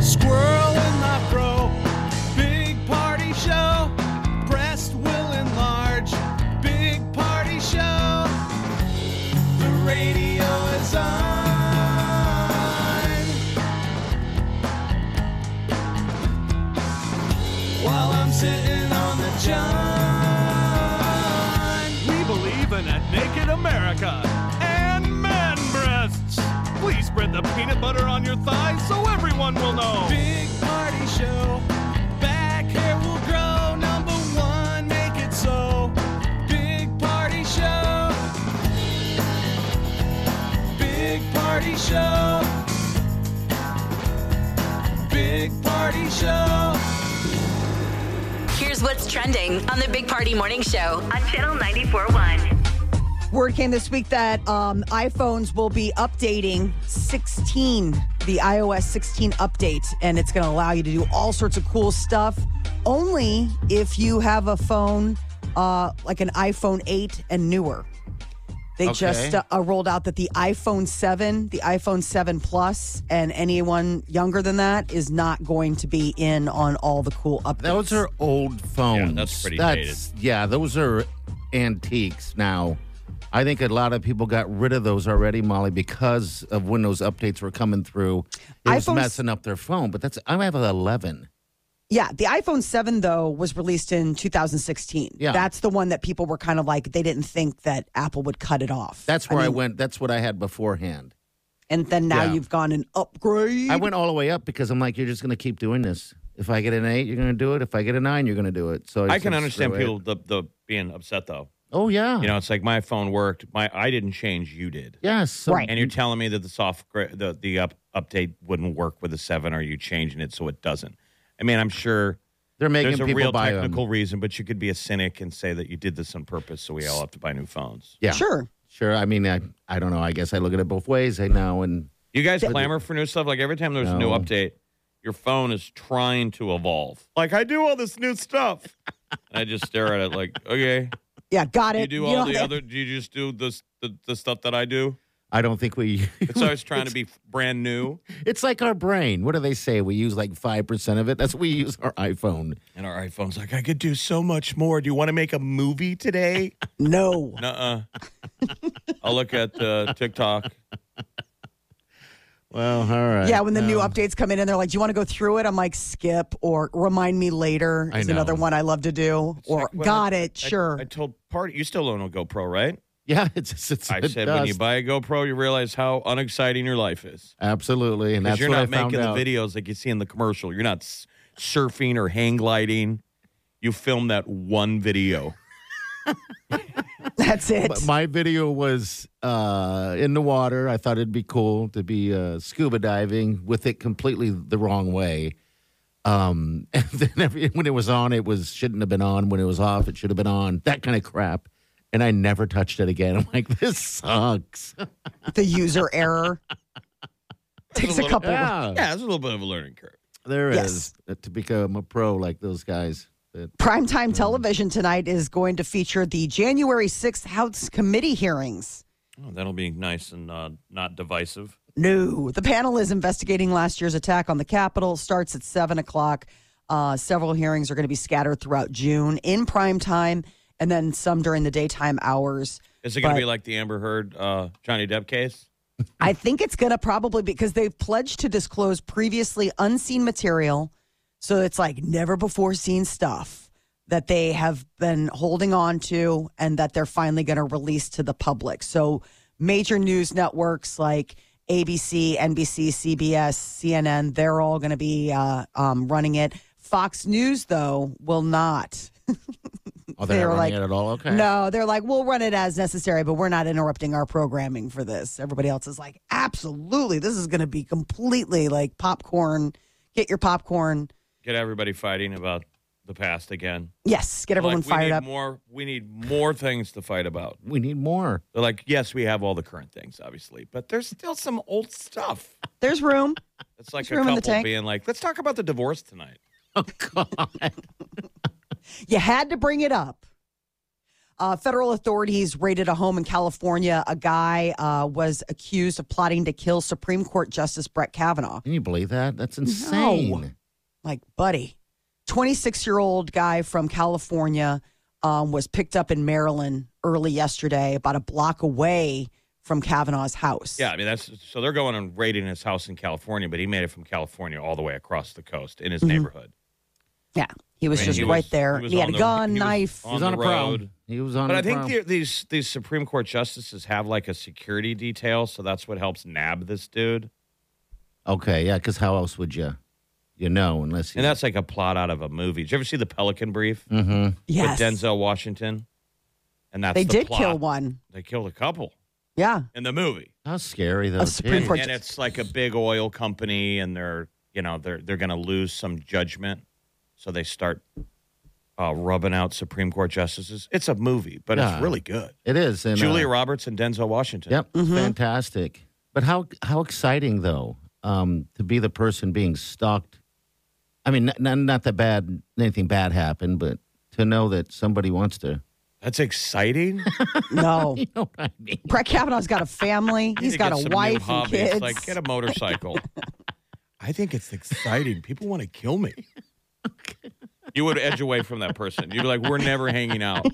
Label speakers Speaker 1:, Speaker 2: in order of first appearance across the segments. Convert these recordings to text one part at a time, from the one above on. Speaker 1: Squirrel in my fro, big party show. Breast will enlarge, big party show. The radio is on. While I'm sitting on the john. We believe in a naked America and man breasts. Please spread the peanut butter on your thighs so everyone will know. Big party show. Back hair will grow. Number one, make it so. Big party show. Big party show. Big party show.
Speaker 2: Here's what's trending on the Big Party Morning Show on Channel 94.1.
Speaker 3: Word came this week that um, iPhones will be updating 16, the iOS 16 update, and it's going to allow you to do all sorts of cool stuff only if you have a phone uh, like an iPhone 8 and newer. They just uh, uh, rolled out that the iPhone 7, the iPhone 7 Plus, and anyone younger than that is not going to be in on all the cool updates.
Speaker 4: Those are old phones.
Speaker 5: Yeah, that's pretty
Speaker 4: Yeah, those are antiques now. I think a lot of people got rid of those already, Molly, because of when those updates were coming through. It was
Speaker 3: iPhones-
Speaker 4: messing up their phone. But that's I have an eleven.
Speaker 3: Yeah, the iPhone 7 though was released in 2016.
Speaker 4: Yeah.
Speaker 3: That's the one that people were kind of like they didn't think that Apple would cut it off.
Speaker 4: That's where I,
Speaker 3: mean,
Speaker 4: went. That's what I had beforehand.
Speaker 3: And then now
Speaker 4: yeah.
Speaker 3: you've gone and upgrade.
Speaker 4: I went all the way up because I'm like, you're just going to keep doing this. If I get an eight, you're going to do it. If I get a nine, you're going to do it. So
Speaker 5: I
Speaker 4: just
Speaker 5: can
Speaker 4: said,
Speaker 5: understand
Speaker 4: screw it.
Speaker 5: people the, the being upset though.
Speaker 4: Oh yeah,
Speaker 5: You know, it's like my phone worked. My I didn't change. You did.
Speaker 4: yes, so-
Speaker 3: Right.
Speaker 5: And you're telling me that the software, the the up, update wouldn't work with a seven? Are you changing it so it doesn't? I mean, I'm sure
Speaker 4: They're making
Speaker 5: there's a
Speaker 4: people
Speaker 5: real
Speaker 4: buy
Speaker 5: technical
Speaker 4: them.
Speaker 5: reason, but you could be a cynic and say that you did this on purpose, so we all have to buy new phones.
Speaker 4: Yeah,
Speaker 3: Sure.
Speaker 4: sure. I mean, I, I don't know. I guess I look at it both ways I know, and
Speaker 5: You guys clamor for new stuff. Like every time there's a new
Speaker 4: No.
Speaker 5: update, your phone is trying to evolve. Like I do all this new stuff, and I just stare at it like, okay,
Speaker 3: Yeah, got it.
Speaker 5: you do
Speaker 3: You
Speaker 5: all
Speaker 3: know,
Speaker 5: the other. Do you just do this the, the stuff that I do?
Speaker 4: I don't think we.
Speaker 5: It's always trying to be brand new.
Speaker 4: It's like our brain. What do they say? We use like five percent of it. That's what we use our iPhone.
Speaker 5: And our iPhone's like, I could do so much more. Do you want to make a movie today?
Speaker 3: No.
Speaker 5: Nuh uh. I'll look at uh, TikTok.
Speaker 4: Well, all right.
Speaker 3: Yeah, when the new updates come in and they're like, "Do you want to go through it?" I'm like, "Skip" or "Remind me later"
Speaker 4: I
Speaker 3: is
Speaker 4: know.
Speaker 3: another one I love to do. or
Speaker 5: Like when
Speaker 3: "Got
Speaker 5: I-
Speaker 3: it,
Speaker 5: I-
Speaker 3: sure."
Speaker 5: I, told party, you still own a GoPro, right?
Speaker 4: yeah. It's it's, it's
Speaker 5: I
Speaker 4: it
Speaker 5: said,
Speaker 4: does.
Speaker 5: when you buy a GoPro, you realize how unexciting your life is.
Speaker 4: absolutely, and
Speaker 5: Because
Speaker 4: that's
Speaker 5: you're
Speaker 4: what
Speaker 5: not
Speaker 4: I found
Speaker 5: making
Speaker 4: out.
Speaker 5: the videos like you see in the commercial. You're not s- surfing or hang gliding. You film that one video.
Speaker 3: That's it.
Speaker 4: But my video was uh, in the water. I thought it'd be cool to be uh, scuba diving with it completely the wrong way. Um, and then every, when it was on, it was shouldn't have been on. When it was off, it should have been on. That kind of crap. And I never touched it again. I'm like, this sucks.
Speaker 3: the user error takes a,
Speaker 5: little-
Speaker 3: couple.
Speaker 5: Yeah, it's a little bit of a learning curve.
Speaker 4: There is
Speaker 3: Yes.
Speaker 4: uh, to become a pro like those guys. That Mm-hmm.
Speaker 3: Primetime television tonight is going to feature the January 6th House committee hearings.
Speaker 5: Oh, that'll be nice and uh, not divisive.
Speaker 3: No. The panel is investigating last year's attack on the Capitol. Starts at 7 o'clock. Uh, several hearings are going to be scattered throughout June in prime time and then some during the daytime hours.
Speaker 5: Is it going
Speaker 3: But-
Speaker 5: to be like the Amber Heard uh, Johnny Depp case?
Speaker 3: I think it's going to probably because they've pledged to disclose previously unseen material. So it's like never before seen stuff that they have been holding on to and that they're finally going to release to the public. So major news networks like ABC, NBC, CBS, CNN, they're all going to be uh, um, running it. Fox News, though, will not.
Speaker 4: Oh, they're
Speaker 3: They
Speaker 4: not
Speaker 3: were like,
Speaker 4: running it at all. Okay.
Speaker 3: No, they're like, we'll run it as necessary, but we're not interrupting our programming for this. Everybody else is like, absolutely, this is going to be completely like popcorn. Get your popcorn.
Speaker 5: Get everybody fighting about the past again.
Speaker 3: Yes, get
Speaker 5: They're
Speaker 3: everyone
Speaker 5: like, we
Speaker 3: fired
Speaker 5: need
Speaker 3: up.
Speaker 5: More, we need more things to fight about.
Speaker 4: We need more.
Speaker 5: They're like, yes, we have all the current things, obviously, but there's still some old stuff.
Speaker 3: There's room.
Speaker 5: It's like
Speaker 3: There's
Speaker 5: a
Speaker 3: room in the
Speaker 5: couple
Speaker 3: tank.
Speaker 5: being like, let's talk about the divorce tonight.
Speaker 4: Oh God.
Speaker 3: You had to bring it up. Uh, federal authorities raided a home in California. A guy uh, was accused of plotting to kill Supreme Court Justice Brett Kavanaugh.
Speaker 4: Can you believe that? That's insane.
Speaker 3: Like, buddy, 26 year old guy from California um, was picked up in Maryland early yesterday, about a block away from Kavanaugh's house.
Speaker 5: Yeah, I mean that's so they're going and raiding his house in California, but he made it from California all the way across the coast in his neighborhood.
Speaker 3: Yeah. He was
Speaker 5: I mean,
Speaker 3: Mm-hmm. just
Speaker 5: he
Speaker 3: right
Speaker 5: was-
Speaker 3: there.
Speaker 5: he
Speaker 3: He,
Speaker 5: was
Speaker 3: had
Speaker 5: on
Speaker 3: a
Speaker 5: the-
Speaker 3: gun,
Speaker 5: he was
Speaker 3: knife.
Speaker 5: on
Speaker 4: He was
Speaker 5: the
Speaker 4: on a
Speaker 5: road.
Speaker 4: prom. He was on
Speaker 5: But
Speaker 4: a
Speaker 5: I think
Speaker 4: prom.
Speaker 5: the, these these Supreme Court justices have like a security detail, so that's what helps nab this dude.
Speaker 4: Okay, yeah, because how else would you, you know, unless you.
Speaker 5: And that's like a plot out of a movie. Did you ever see the Pelican Brief
Speaker 4: mm-hmm.
Speaker 3: Yes.
Speaker 5: with Denzel Washington? And that's
Speaker 3: they
Speaker 5: the
Speaker 3: did
Speaker 5: plot.
Speaker 3: kill one.
Speaker 5: They killed a couple
Speaker 3: Yeah.
Speaker 5: in the movie.
Speaker 4: How scary though.
Speaker 3: A Supreme
Speaker 4: geez.
Speaker 3: Court-
Speaker 5: and it's like a big oil company and they're you know they're they're going to lose some judgment so they start uh, rubbing out supreme court justices it's a movie but
Speaker 4: Yeah.
Speaker 5: it's really good
Speaker 4: It is. And, uh,
Speaker 5: julia roberts and denzel washington
Speaker 4: Yep,
Speaker 3: Mm-hmm.
Speaker 4: fantastic. But how how exciting though um, to be the person being stalked. I mean, not, not not that bad. Anything bad happened, but to know that somebody wants to.
Speaker 5: that's exciting
Speaker 3: No.
Speaker 4: You know what I mean?
Speaker 3: Brett Kavanaugh's got a family.
Speaker 5: You
Speaker 3: He's
Speaker 5: need to
Speaker 3: got
Speaker 5: get
Speaker 3: a
Speaker 5: some new
Speaker 3: wife and
Speaker 5: hobbies.
Speaker 3: kids.
Speaker 5: like get a motorcycle i think it's exciting people want to kill me you would edge away from that person you'd be like we're never hanging out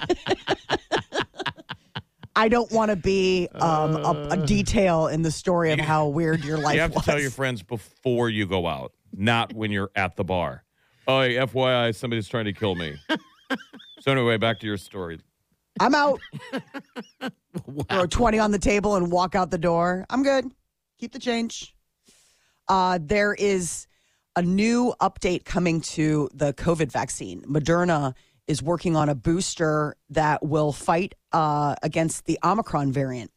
Speaker 3: I don't want to be um, a, a detail in the story of how weird your life
Speaker 5: Uh, you have
Speaker 3: was.
Speaker 5: to tell your friends before you go out, not when you're at the bar. Oh, hey, FYI, somebody's trying to kill me. so anyway, back to your story.
Speaker 3: I'm out. Throw 20 on the table and walk out the door. I'm good. Keep the change. Uh, there is a new update coming to the COVID vaccine. Moderna is working on a booster that will fight uh, against the Omicron variant.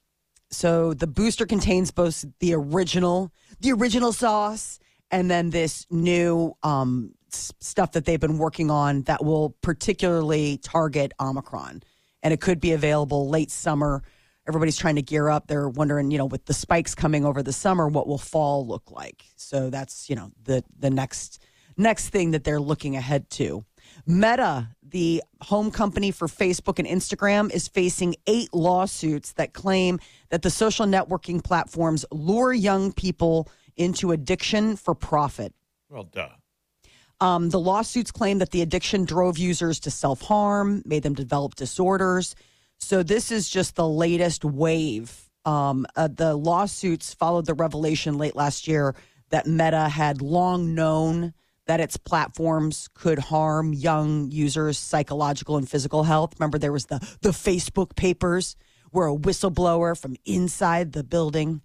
Speaker 3: So the booster contains both the original, the original sauce, and then this new um, s- stuff that they've been working on that will particularly target Omicron, and it could be available late summer. Everybody's trying to gear up. They're wondering, you know, with the spikes coming over the summer, what will fall look like? So that's you know the the next next thing that they're looking ahead to. Meta, the home company for Facebook and Instagram, is facing eight lawsuits that claim that the social networking platforms lure young people into addiction for profit.
Speaker 5: Well, duh.
Speaker 3: Um, the lawsuits claim that the addiction drove users to self harm, made them develop disorders. So, this is just the latest wave. Um, uh, the lawsuits followed the revelation late last year that Meta had long known that its platforms could harm young users' psychological and physical health. Remember, there was the, the Facebook papers where a whistleblower from inside the building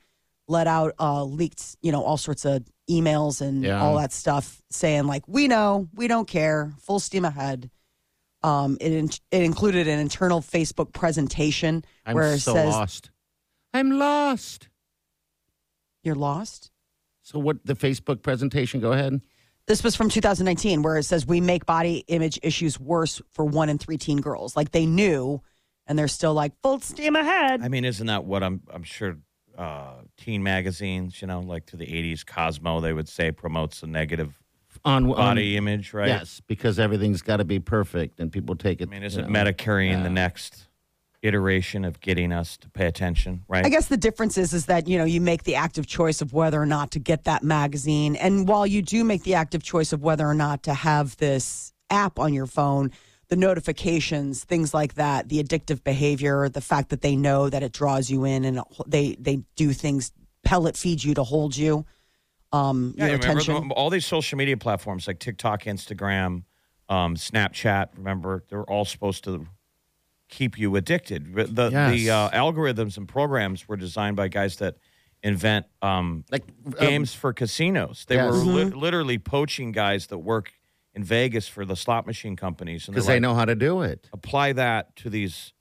Speaker 3: let out uh, leaked, you know, all sorts of emails and
Speaker 4: Yeah.
Speaker 3: all that stuff saying like, we know, we don't care, full steam ahead. Um, it, in- it included an internal Facebook presentation
Speaker 4: I'm
Speaker 3: where it
Speaker 4: so
Speaker 3: says
Speaker 4: lost. I'm lost.
Speaker 3: you're lost.
Speaker 4: So what? The Facebook presentation. Go ahead.
Speaker 3: This was from 2019, where it says we make body image issues worse for one in three teen girls. Like they knew, and they're still like full steam ahead.
Speaker 5: I mean, isn't that what I'm? I'm sure uh, teen magazines, you know, like to the '80s, Cosmo, they would say promotes the negative
Speaker 4: On on-
Speaker 5: body
Speaker 3: Um,
Speaker 5: image, right?
Speaker 4: Yes, because everything's got to be perfect, and people take it.
Speaker 5: I mean, isn't
Speaker 4: you know.
Speaker 5: Meta carrying the
Speaker 4: Yeah.
Speaker 5: next iteration of getting us to pay attention, right?
Speaker 3: I guess the difference is is that you know you make the active choice of whether or not to get that magazine, and while you do make the active choice of whether or not to have this app on your phone, the notifications, things like that, the addictive behavior, the fact that they know that it draws you in, and it- they they do things pellet feed you to hold you, um,
Speaker 5: Yeah,
Speaker 3: your
Speaker 5: you remember
Speaker 3: attention.
Speaker 5: the- all these social media platforms like TikTok, Instagram, um, Snapchat. Remember, they're all supposed to keep you addicted. But The
Speaker 4: Yes.
Speaker 5: the uh, algorithms and programs were designed by guys that invent um,
Speaker 4: Like, um,
Speaker 5: games for casinos. They
Speaker 4: Yes. Mm-hmm.
Speaker 5: were li- literally poaching guys that work in Vegas for the slot machine companies. And they're
Speaker 4: because they
Speaker 5: like,
Speaker 4: know how to do it.
Speaker 5: apply that to these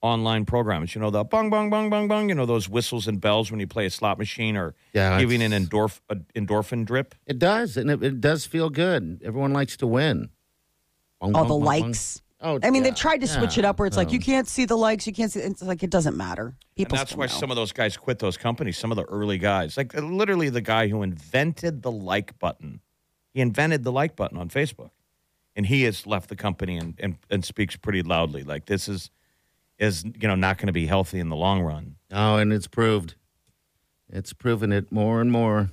Speaker 5: online programs. You know, the bong, bong, bong, bong, bong, you know, those whistles and bells when you play a slot machine or
Speaker 4: Yeah,
Speaker 5: giving an
Speaker 4: it's-
Speaker 5: endorph- a endorphin drip.
Speaker 4: It does, and it, it does feel good. Everyone likes to win. Bong,
Speaker 3: all
Speaker 4: bong,
Speaker 3: the
Speaker 4: bong, bong.
Speaker 3: likes.
Speaker 4: Oh,
Speaker 3: I mean,
Speaker 4: yeah,
Speaker 3: they've tried to switch it
Speaker 4: yeah.
Speaker 3: up where it's like
Speaker 4: Um,
Speaker 3: you can't see the likes, you can't see. It's like it doesn't matter.
Speaker 5: And
Speaker 3: People.
Speaker 5: that's why some of those guys quit those companies, some of the early guys. Like uh, literally the guy who invented the like button. He invented the like button on Facebook. And he has left the company and, and, and speaks pretty loudly. Like this is is you know not going to be healthy in the long run.
Speaker 4: Oh, and it's proved. It's proven it more and more.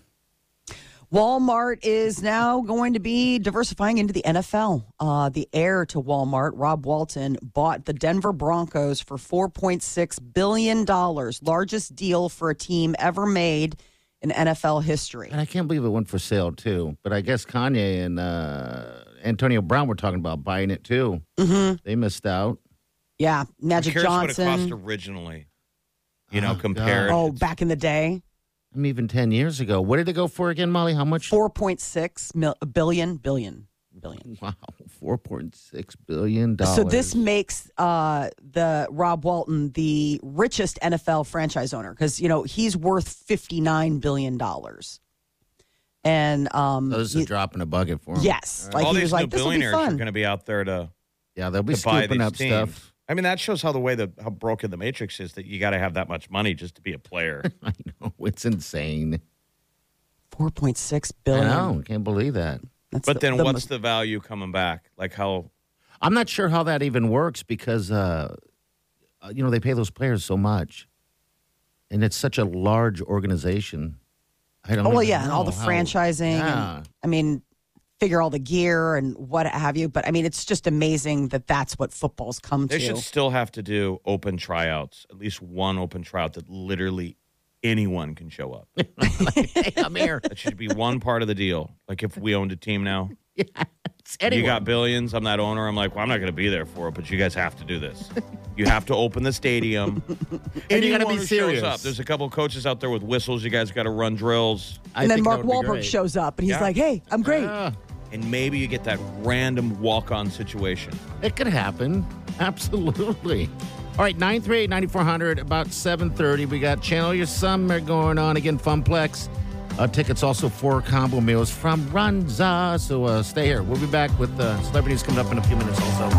Speaker 3: Walmart is now going to be diversifying into the NFL. Uh, the heir to Walmart, Rob Walton, bought the Denver Broncos for $4.6 billion, largest deal for a team ever made in NFL history.
Speaker 4: And I can't believe it went for sale too. But I guess Kanye and uh, Antonio Brown were talking about buying it too. Mm-hmm. They missed out.
Speaker 3: Yeah,
Speaker 5: I'm
Speaker 3: Magic
Speaker 5: curious what it
Speaker 3: Johnson.
Speaker 5: cost originally. You know,
Speaker 4: Oh, God.
Speaker 5: compared.
Speaker 3: Oh, back in the day,
Speaker 4: I mean, even ten years ago. What did it go for again, Molly? How much?
Speaker 3: $4.6 mil- billion, billion, billion.
Speaker 4: Wow, four point six billion dollars.
Speaker 3: So this makes uh, the Rob Walton the richest NFL franchise owner because you know he's worth fifty nine billion dollars, and um,
Speaker 4: So this is
Speaker 3: y-
Speaker 4: a drop in a bucket for him.
Speaker 3: yes, like
Speaker 5: All
Speaker 3: he was
Speaker 5: these new
Speaker 3: like this will be
Speaker 5: billionaires are
Speaker 3: fun.
Speaker 5: going to be out there to,
Speaker 4: Yeah, they'll be
Speaker 5: to buy
Speaker 4: scooping
Speaker 5: these
Speaker 4: up
Speaker 5: teams.
Speaker 4: stuff.
Speaker 5: I mean, that shows how the way the how broken the matrix is that you got to have that much money just to be a player.
Speaker 4: I know it's insane.
Speaker 3: Four point six
Speaker 4: I
Speaker 3: billion.
Speaker 4: know, can't believe that.
Speaker 3: That's
Speaker 5: but then, what's
Speaker 3: most-
Speaker 5: the value coming back? Like how?
Speaker 4: I'm not sure how that even works because, uh, uh, you know, they pay those players so much, and it's such a large organization. I don't.
Speaker 3: Oh, well,
Speaker 4: even
Speaker 3: yeah, and all
Speaker 4: know
Speaker 3: the
Speaker 4: how-
Speaker 3: franchising. and,
Speaker 4: Yeah.
Speaker 3: I mean, figure all the gear and what have you. But I mean, it's just amazing that that's what football's come
Speaker 5: They
Speaker 3: to.
Speaker 5: should still have to do open tryouts, at least one open tryout that literally anyone can show up.
Speaker 4: hey, I'm here.
Speaker 5: that should be one part of the deal. Like if we owned a team now,
Speaker 4: It's anyone.
Speaker 5: you got billions. I'm that owner. I'm like, well, I'm not going to be there for it, but you guys have to do this. You have to open the stadium.
Speaker 4: And you gotta
Speaker 5: Anyone
Speaker 4: be
Speaker 5: who shows
Speaker 4: serious.
Speaker 5: up. There's a couple coaches out there with whistles. You guys got to run drills,
Speaker 4: I
Speaker 3: and then
Speaker 4: think that
Speaker 3: Mark
Speaker 4: would be
Speaker 3: Wahlberg
Speaker 4: great.
Speaker 3: shows up and he's
Speaker 5: Yeah.
Speaker 3: like, "Hey, I'm great."
Speaker 4: Yeah,
Speaker 5: and maybe you get that random walk-on situation.
Speaker 4: it could happen. Absolutely. All right, 938 9400, about 730. We got Channel Your Summer going on again, Funplex. Uh, tickets also for combo meals from Runza. So uh, stay here. We'll be back with uh, celebrities coming up in a few minutes also.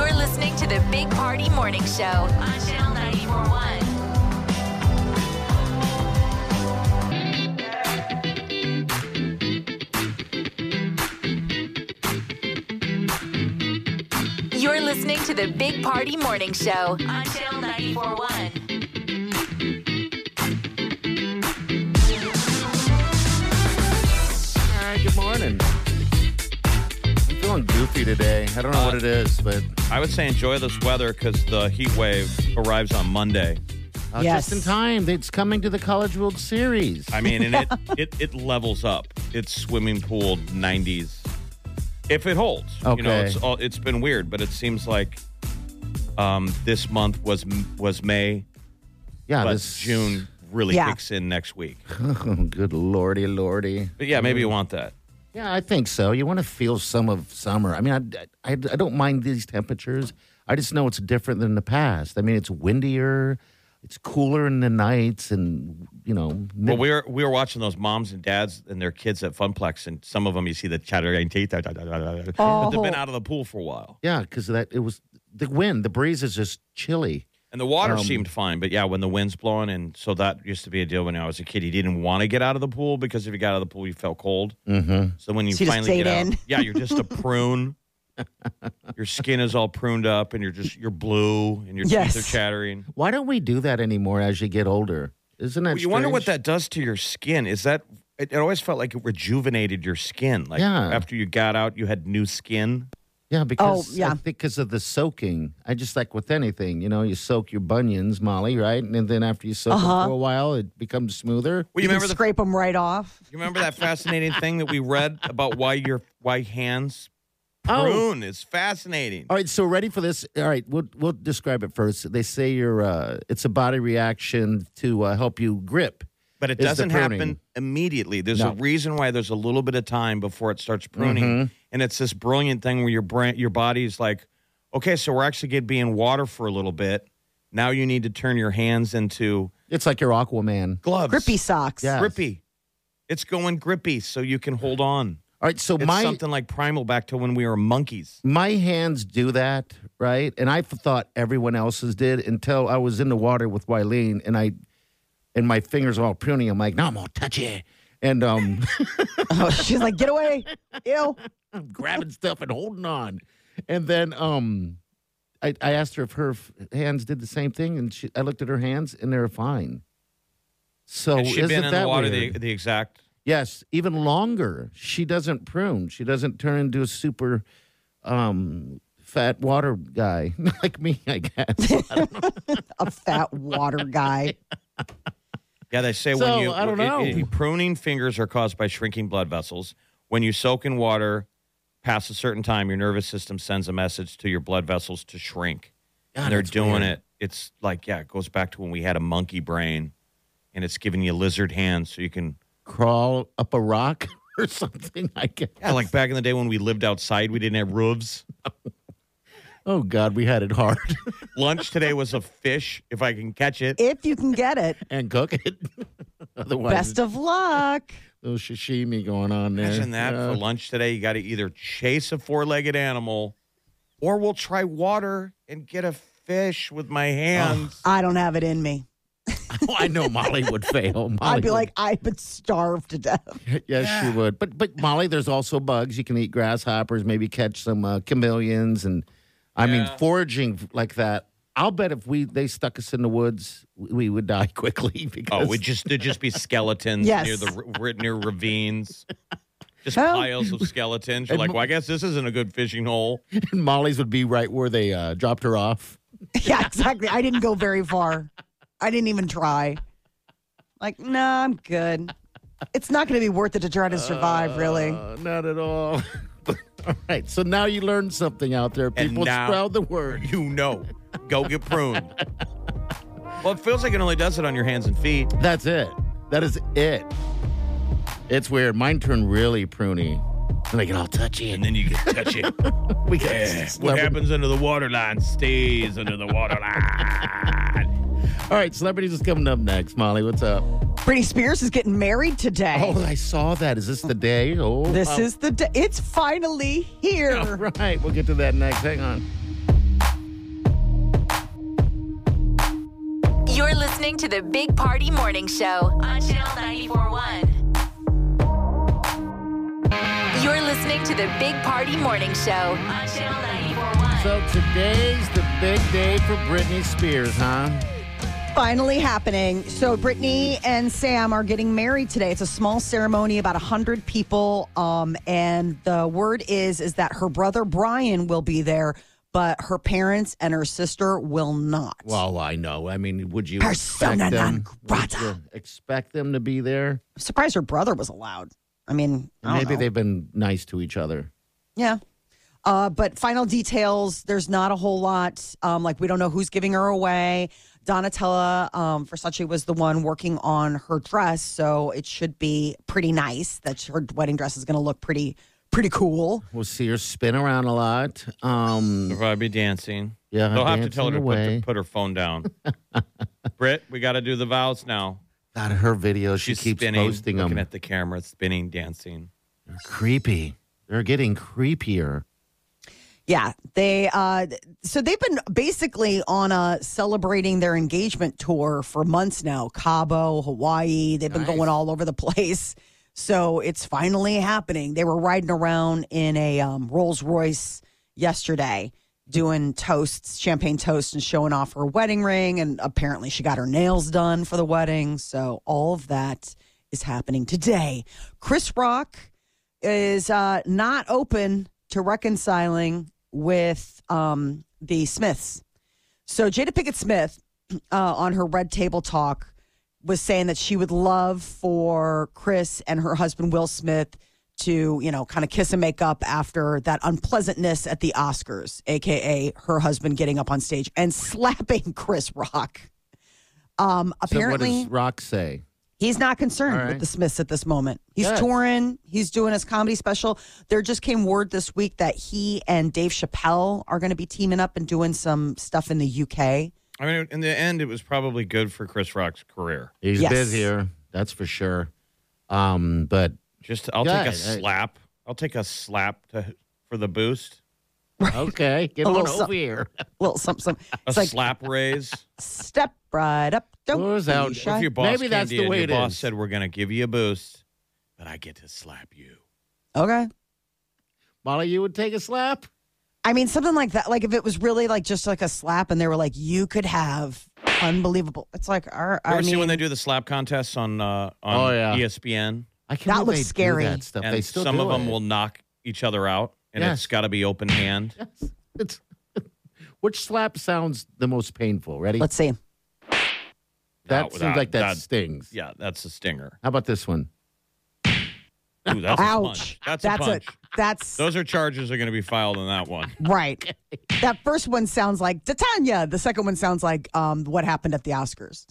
Speaker 2: You're listening to the Big Party Morning Show on Channel 941. You're listening to the Big Party Morning Show on Channel 941.
Speaker 4: All right, good morning. I'm feeling goofy today. I don't know what it
Speaker 5: Uh,
Speaker 4: is, but
Speaker 5: I would say enjoy this weather because the heat wave arrives on Monday.
Speaker 4: uh,
Speaker 3: Yes.
Speaker 4: just in time. It's coming to the College World Series.
Speaker 5: I mean, and it, it it levels up. It's swimming pool 90s. If it holds, you know,
Speaker 4: Okay.
Speaker 5: it's all, it's been weird, but it seems like um, this month was was May,
Speaker 4: yeah,
Speaker 5: but
Speaker 4: this
Speaker 5: June really
Speaker 3: Yeah.
Speaker 5: kicks in next week.
Speaker 4: Oh, good lordy, lordy.
Speaker 5: But yeah, maybe you want that.
Speaker 4: Yeah, I think so. You want to feel some of summer. I mean, I, I, I don't mind these temperatures. I just know it's different than the past. I mean, it's windier, it's cooler in the nights, and you know,
Speaker 5: Well, we were we were watching those moms and dads and their kids at Funplex, and some of them you see the chattering teeth. da- da- da- da- da- da. But
Speaker 3: Oh.
Speaker 5: They've been out of the pool for a while,
Speaker 4: yeah, because that it was the wind, the breeze is just chilly.
Speaker 5: and the water
Speaker 4: Um,
Speaker 5: seemed fine. But yeah, when the wind's blowing, and so that used to be a deal when I was a kid. You didn't want to get out of the pool because if you got out of the pool, you felt cold.
Speaker 4: Mm-hmm.
Speaker 5: So when you
Speaker 3: So you just
Speaker 5: finally
Speaker 3: stayed
Speaker 5: get out,
Speaker 3: in.
Speaker 5: yeah, you're just a prune. Your skin is all pruned up, and you're just you're blue, and your
Speaker 3: Yes.
Speaker 5: teeth are chattering.
Speaker 4: Why don't we do that anymore as you get older? Isn't that
Speaker 5: Well, you wonder what
Speaker 4: strange?
Speaker 5: that does to your skin. Is that it, it always felt like it rejuvenated your skin. Like
Speaker 4: Yeah.
Speaker 5: after you got out, you had new skin.
Speaker 4: Yeah, because
Speaker 3: yeah.
Speaker 4: I think because of the soaking. I just like with anything, you know, you soak your bunions, Molly, right? And then after you soak them for a while, it becomes smoother.
Speaker 5: Well,
Speaker 3: You
Speaker 5: you
Speaker 3: can
Speaker 5: remember the
Speaker 3: scrape them right off.
Speaker 5: you remember that fascinating thing that we read about why your why hands
Speaker 4: Oh.
Speaker 5: prune is fascinating.
Speaker 4: All right, so ready for this? All right, we'll we'll describe it first. They say your uh, it's a body reaction to uh, help you grip.
Speaker 5: But it
Speaker 4: is the
Speaker 5: doesn't
Speaker 4: pruning.
Speaker 5: happen immediately. There's
Speaker 4: No. Mm-hmm.
Speaker 5: a reason why there's a little bit of time before it starts pruning, and it's this brilliant thing where your brain, your body's like, okay, so we're actually going to be in water for a little bit. Now you need to turn your hands into
Speaker 4: It's like your Aquaman.
Speaker 5: gloves,
Speaker 3: Grippy socks.
Speaker 4: Yeah.
Speaker 5: grippy. It's going grippy, so you can hold on.
Speaker 4: All right, so
Speaker 5: It's
Speaker 4: my
Speaker 5: something like primal back to when we were monkeys.
Speaker 4: my hands do that, right? And I thought everyone else's did until I was in the water with Wileen and I and my fingers were all pruning. I'm like, no, I'm gonna touch it. And um
Speaker 3: Oh, she's like, get away. Ew.
Speaker 4: I'm grabbing stuff and holding on. And then um I, I asked her if her f- hands did the same thing, and she, I looked at her hands, and they were fine. So
Speaker 5: And she'd
Speaker 4: isn't
Speaker 5: been in
Speaker 4: that
Speaker 5: the water the,
Speaker 4: weird?
Speaker 5: the exact
Speaker 4: Yes, even longer. She doesn't prune. She doesn't turn into a super um, fat water guy like me, I guess.
Speaker 3: A fat water guy.
Speaker 5: Yeah, they say
Speaker 4: So,
Speaker 5: when you
Speaker 4: I don't
Speaker 5: it-
Speaker 4: know.
Speaker 5: it- pruning fingers are caused by shrinking blood vessels. When you soak in water past a certain time, your nervous system sends a message to your blood vessels to shrink.
Speaker 4: God,
Speaker 5: and they're
Speaker 4: that's
Speaker 5: doing
Speaker 4: weird.
Speaker 5: it. It's like yeah, it goes back to when we had a monkey brain, and it's giving you lizard hands so you can.
Speaker 4: Crawl up a rock or something, I guess.
Speaker 5: Yeah, like back in the day when we lived outside, we didn't have roofs.
Speaker 4: Oh, God, we had it hard
Speaker 5: Lunch today was a fish, if I can catch it.
Speaker 3: If you can get it,
Speaker 4: and cook it. Otherwise,
Speaker 3: best of luck.
Speaker 4: little sashimi going on there.
Speaker 5: Imagine that
Speaker 4: Yeah.
Speaker 5: for lunch today. You got to either chase a four legged animal or we'll try water and get a fish with my hands.
Speaker 3: I don't have it in me.
Speaker 4: Oh, I know Molly would fail. Molly
Speaker 3: I'd be
Speaker 4: would-
Speaker 3: like, I've been starved to death.
Speaker 4: yes, she would. But but Molly, there's also bugs. You can eat grasshoppers, maybe catch some uh, chameleons, and I mean foraging like that. I'll bet if we they stuck us in the woods, we- we would die quickly
Speaker 5: Oh,
Speaker 4: because
Speaker 5: we just there'd just be skeletons
Speaker 3: Yes.
Speaker 5: near the r- near ravines, just
Speaker 3: Well-
Speaker 5: piles of skeletons. You're
Speaker 4: And
Speaker 5: like,
Speaker 4: mo-
Speaker 5: well, I guess this isn't a good fishing hole.
Speaker 4: Molly's would be right where they uh, dropped her off.
Speaker 3: yeah, exactly. I didn't go very far. I didn't even try. Like, no, nah, I'm good. It's not going to be worth it to try to survive, really.
Speaker 4: Uh, not at all. all right, so now you learned something out there.
Speaker 5: And
Speaker 4: People
Speaker 5: now-
Speaker 4: spread the word.
Speaker 5: You know, go get pruned. well, it feels like it only does it on your hands and feet.
Speaker 4: That's it. That is it. It's weird. Mine turned really pruny. And they get all touchy, and
Speaker 5: And then you get touchy.
Speaker 4: we got
Speaker 5: what
Speaker 4: celebrity-
Speaker 5: happens under the water line stays under the water line.
Speaker 4: All right, celebrities is coming up next. Molly, what's up?
Speaker 3: Britney Spears is getting married today.
Speaker 4: Oh, I saw that. Is this the day? Oh,
Speaker 3: this
Speaker 4: wow.
Speaker 3: is the day. It's finally here.
Speaker 4: All right, we'll get to that next. Hang on.
Speaker 2: You're listening to the Big Party Morning Show on Channel 941. You're listening to the Big Party Morning Show on Channel 941.
Speaker 4: So today's the big day for Britney Spears, huh?
Speaker 3: finally happening. So Brittany and Sam are getting married today. It's a small ceremony, about hundred people, um, and the word is is that her brother Brian will be there, but her parents and her sister will not.
Speaker 4: Well, I know. I mean, would you
Speaker 3: Persona
Speaker 4: expect them?
Speaker 3: non grata.
Speaker 4: would you expect them to be there?
Speaker 3: I'm surprised her brother was allowed. I mean, I don't
Speaker 4: Maybe
Speaker 3: know.
Speaker 4: they've been nice to each other.
Speaker 3: yeah. Uh, but final details. There's not a whole lot. Um, like we don't know who's giving her away. Donatella um, Versace was the one working on her dress, so it should be pretty nice. That her wedding dress is going to look pretty, pretty cool.
Speaker 4: We'll see her spin around a lot. Um,
Speaker 5: They'll probably be dancing.
Speaker 4: Yeah,
Speaker 5: They'll have to tell her to
Speaker 4: dancing
Speaker 5: put,
Speaker 4: away.
Speaker 5: to put her phone down. Britt, we got to do the vows now.
Speaker 4: God, her videos, she
Speaker 5: She's
Speaker 4: keeps
Speaker 5: spinning,
Speaker 4: posting
Speaker 5: looking
Speaker 4: them.
Speaker 5: at the camera, spinning, dancing.
Speaker 4: They're creepy. They're getting creepier.
Speaker 3: Yeah, they. Uh, so they've been basically on a celebrating their engagement tour for months now. Cabo, Hawaii. They've been going all over the place. So it's finally happening. They were riding around in a um, Rolls Royce yesterday, doing toasts, champagne toasts, and showing off her wedding ring. And apparently, she got her nails done for the wedding. So all of that is happening today. Chris Rock is uh, not open to reconciling with um, the Smiths. So Jada Pickett Smith uh, on her Red Table Talk was saying that she would love for Chris and her husband Will Smith to, you know, kind of kiss and make up after that unpleasantness at the Oscars, aka her husband getting up on stage and slapping Chris Rock. Um,
Speaker 4: So what
Speaker 3: apparently,
Speaker 4: does Rock say?
Speaker 3: He's not concerned
Speaker 4: All right.
Speaker 3: with the Smiths at this moment. He's
Speaker 4: Good.
Speaker 3: touring, he's doing his comedy special. There just came word this week that he and Dave Chappelle are going to be teaming up and doing some stuff in the UK.
Speaker 5: I mean, in the end, it was probably good for Chris Rock's career.
Speaker 4: He's
Speaker 3: Yes.
Speaker 4: busier, that's for sure. Um, but
Speaker 5: Just I'll
Speaker 4: Yeah,
Speaker 5: take
Speaker 4: I-
Speaker 5: a slap. I'll take a slap to, for the boost.
Speaker 4: okay, get
Speaker 3: A
Speaker 4: on
Speaker 3: little
Speaker 4: over
Speaker 3: something.
Speaker 4: here.
Speaker 3: Well, some some
Speaker 5: A
Speaker 3: it's like
Speaker 5: slap raise.
Speaker 3: step right up. Don't
Speaker 4: Who's
Speaker 3: be
Speaker 4: out?
Speaker 3: shy.
Speaker 5: If your boss
Speaker 4: Maybe
Speaker 5: came
Speaker 4: that's the
Speaker 5: to you and
Speaker 4: way
Speaker 5: your
Speaker 4: it
Speaker 5: boss
Speaker 4: is.
Speaker 5: said we're going to give you a boost, but I get to slap you.
Speaker 3: Okay.
Speaker 4: Molly, you would take a slap.
Speaker 3: I mean, something like that. Like if it was really like just like a slap, and they were like, "You could have unbelievable." It's like, our,
Speaker 5: You
Speaker 3: I
Speaker 5: ever see
Speaker 3: mean,
Speaker 5: when they do the slap contests on uh,
Speaker 4: Oh,
Speaker 5: on
Speaker 4: yeah.
Speaker 5: ESPN?
Speaker 4: I can't.
Speaker 3: That
Speaker 4: believe
Speaker 3: looks
Speaker 4: they do
Speaker 3: scary.
Speaker 4: that stuff.
Speaker 5: And
Speaker 4: they still
Speaker 5: some
Speaker 4: do
Speaker 5: of them
Speaker 4: it.
Speaker 5: will knock each other out, and
Speaker 4: Yes.
Speaker 5: it's got to be open hand.
Speaker 4: Yes. It's, which slap sounds the most painful? Ready?
Speaker 3: let's see.
Speaker 4: that
Speaker 5: No,
Speaker 4: seems like that, stings.
Speaker 5: Yeah, that's a stinger.
Speaker 4: How about this one?
Speaker 5: Ooh, that's a
Speaker 3: Ouch!
Speaker 5: punch. That's, a punch.
Speaker 3: that's
Speaker 5: Those are charges are going to be filed on that one.
Speaker 3: right. That first one sounds like Titania. The second one sounds like um, what happened at the Oscars.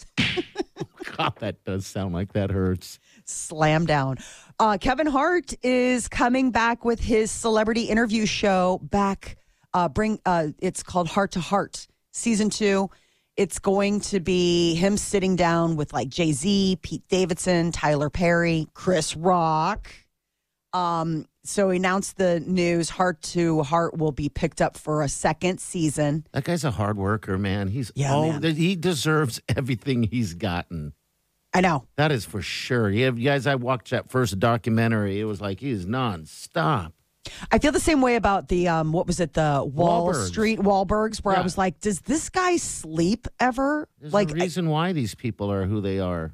Speaker 4: God, that does sound like that hurts.
Speaker 3: Slam down. Uh, Kevin Hart is coming back with his celebrity interview show back. Uh, bring uh, it's called Heart to Heart season two. It's going to be him sitting down with like Jay Z, Pete Davidson, Tyler Perry, Chris Rock. Um, so he announced the news. Heart to Heart will be picked up for a second season.
Speaker 4: That guy's a hard worker, man. He's
Speaker 3: Yeah,
Speaker 4: all
Speaker 3: man.
Speaker 4: he deserves everything he's gotten.
Speaker 3: I know.
Speaker 4: That is for sure. You, have, you guys, I watched that first documentary. It was like he's nonstop.
Speaker 3: I feel the same way about the um, what was it, the Wall
Speaker 4: Wahlbergs.
Speaker 3: Street Wahlbergs, where I
Speaker 4: Yeah.
Speaker 3: was like, does this guy sleep ever?
Speaker 4: There's
Speaker 3: like,
Speaker 4: a reason why these people are who they are.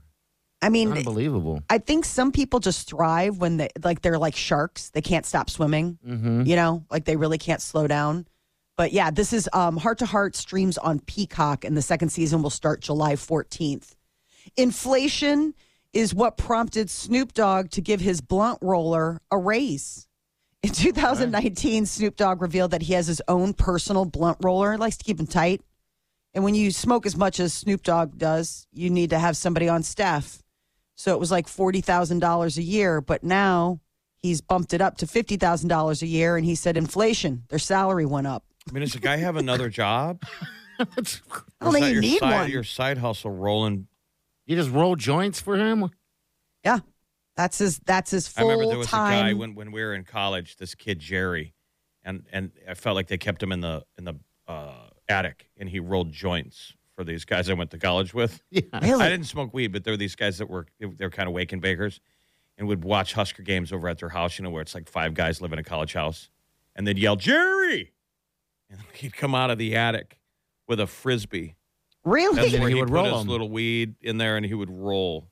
Speaker 3: I, I mean,
Speaker 4: Unbelievable.
Speaker 3: I think some people just thrive when they like they're like sharks; they can't stop swimming.
Speaker 4: Mm-hmm.
Speaker 3: You know, like they really can't slow down. But yeah, this is um, Heart to Heart streams on Peacock, and the second season will start July 14th. Inflation is what prompted Snoop Dogg to give his blunt roller a raise. In 2019, Snoop Dogg revealed that he has his own personal blunt roller, likes to keep him tight. And when you smoke as much as Snoop Dogg does, you need to have somebody on staff. So it was like $40,000 a year, but now he's bumped it up to $50,000 a year. And he said inflation, their salary went up.
Speaker 5: I mean, does the guy have another job?
Speaker 3: I don't
Speaker 5: Or is
Speaker 3: think
Speaker 5: that
Speaker 3: you
Speaker 5: your
Speaker 3: need
Speaker 5: side,
Speaker 3: one.
Speaker 5: Your side hustle rolling.
Speaker 4: you just roll joints for him.
Speaker 3: Yeah. That's his, that's his
Speaker 5: I
Speaker 3: full
Speaker 5: remember there was
Speaker 3: time.
Speaker 5: a guy when, when we were in college. This kid Jerry, and and I felt like they kept him in the in the uh, attic, and he rolled joints for these guys I went to college with. I
Speaker 3: really?
Speaker 5: didn't smoke weed, but there were these guys that were they're kind of wake and bakers, and would watch Husker games over at their house. You know where it's like five guys live in a college house, and they'd yell Jerry, and he'd come out of the attic with a frisbee.
Speaker 3: Really?
Speaker 5: That's
Speaker 4: And
Speaker 5: where
Speaker 4: he
Speaker 5: he
Speaker 4: would
Speaker 5: would
Speaker 4: roll
Speaker 5: put his
Speaker 4: them.
Speaker 5: little weed in there, and he would roll.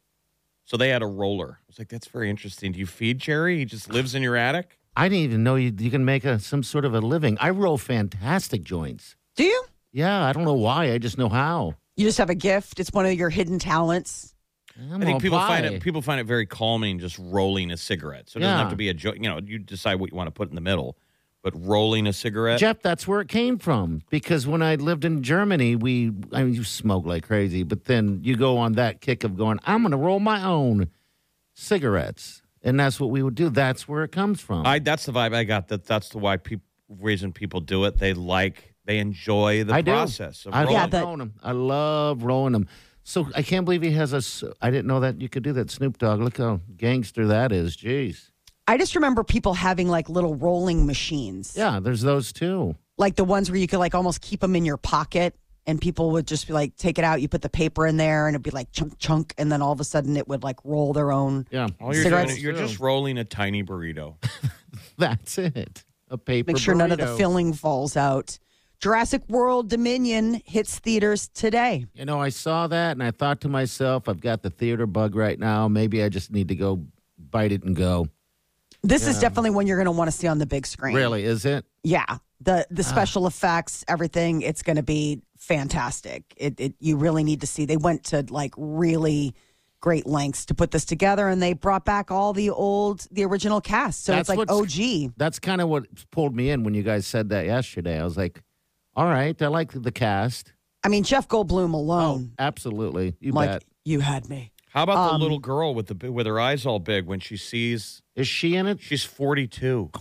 Speaker 5: So they had a roller. I was like, that's very interesting. Do you feed Jerry? He just lives in your attic.
Speaker 4: I didn't even know you, you can make a, some sort of a living. I roll fantastic joints.
Speaker 3: Do you?
Speaker 4: Yeah, I don't know why. I just know how.
Speaker 3: You just have a gift. It's one of your hidden talents.
Speaker 4: I'm
Speaker 5: I
Speaker 4: all
Speaker 5: think people find
Speaker 4: bi.
Speaker 5: it people find it very calming just rolling a cigarette. So it doesn't
Speaker 4: Yeah.
Speaker 5: have to be a joint. You know, you decide what you want to put in the middle, but rolling a cigarette.
Speaker 4: Jeff, that's where it came from. Because when I lived in Germany, we, I mean, you smoke like crazy, but then you go on that kick of going, I'm going to roll my own cigarettes. And that's what we would do. That's where it comes from.
Speaker 5: I that's the vibe I got. That that's the why people reason people do it. They like they enjoy the
Speaker 4: I do.
Speaker 5: process. Of
Speaker 4: I
Speaker 5: rolling.
Speaker 3: Yeah,
Speaker 4: love
Speaker 3: that-
Speaker 4: rolling them. I love rolling them. So I can't believe he has a. s- I didn't know that you could do that. Snoop Dogg, look how gangster that is. Jeez.
Speaker 3: I just remember people having like little rolling machines.
Speaker 4: Yeah, there's those too.
Speaker 3: like the ones where you could like almost keep them in your pocket and people would just be like take it out you put the paper in there and it'd be like chunk chunk and then all of a sudden it would like roll their own
Speaker 4: Yeah.
Speaker 5: All you're doing,
Speaker 3: Cigarettes.
Speaker 5: is you're just
Speaker 4: True.
Speaker 5: rolling a tiny burrito.
Speaker 4: That's it. A paper.
Speaker 3: make sure none of the
Speaker 4: burrito.
Speaker 3: filling falls out jurassic world dominion hits theaters today
Speaker 4: You know, I saw that and I thought to myself, I've got the theater bug right now. Maybe I just need to go bite it and go.
Speaker 3: this is definitely one you're going to want to see on the big screen
Speaker 4: Really, Ah. is it?
Speaker 3: yeah the the special effects everything it's going to be fantastic it, it you really need to see they went to like really great lengths to put this together and they brought back all the old the original cast so
Speaker 4: That's
Speaker 3: it's like
Speaker 4: what's-
Speaker 3: og
Speaker 4: That's kind of what pulled me in when you guys said that yesterday. I was like, all right, I like the cast.
Speaker 3: i mean jeff goldblum alone
Speaker 4: Absolutely. Oh, You
Speaker 3: like
Speaker 4: bet.
Speaker 3: you had me
Speaker 5: How about
Speaker 3: Um,
Speaker 5: the little girl with the bi- with her eyes all big when she sees
Speaker 4: Is she in it?
Speaker 5: she's 42?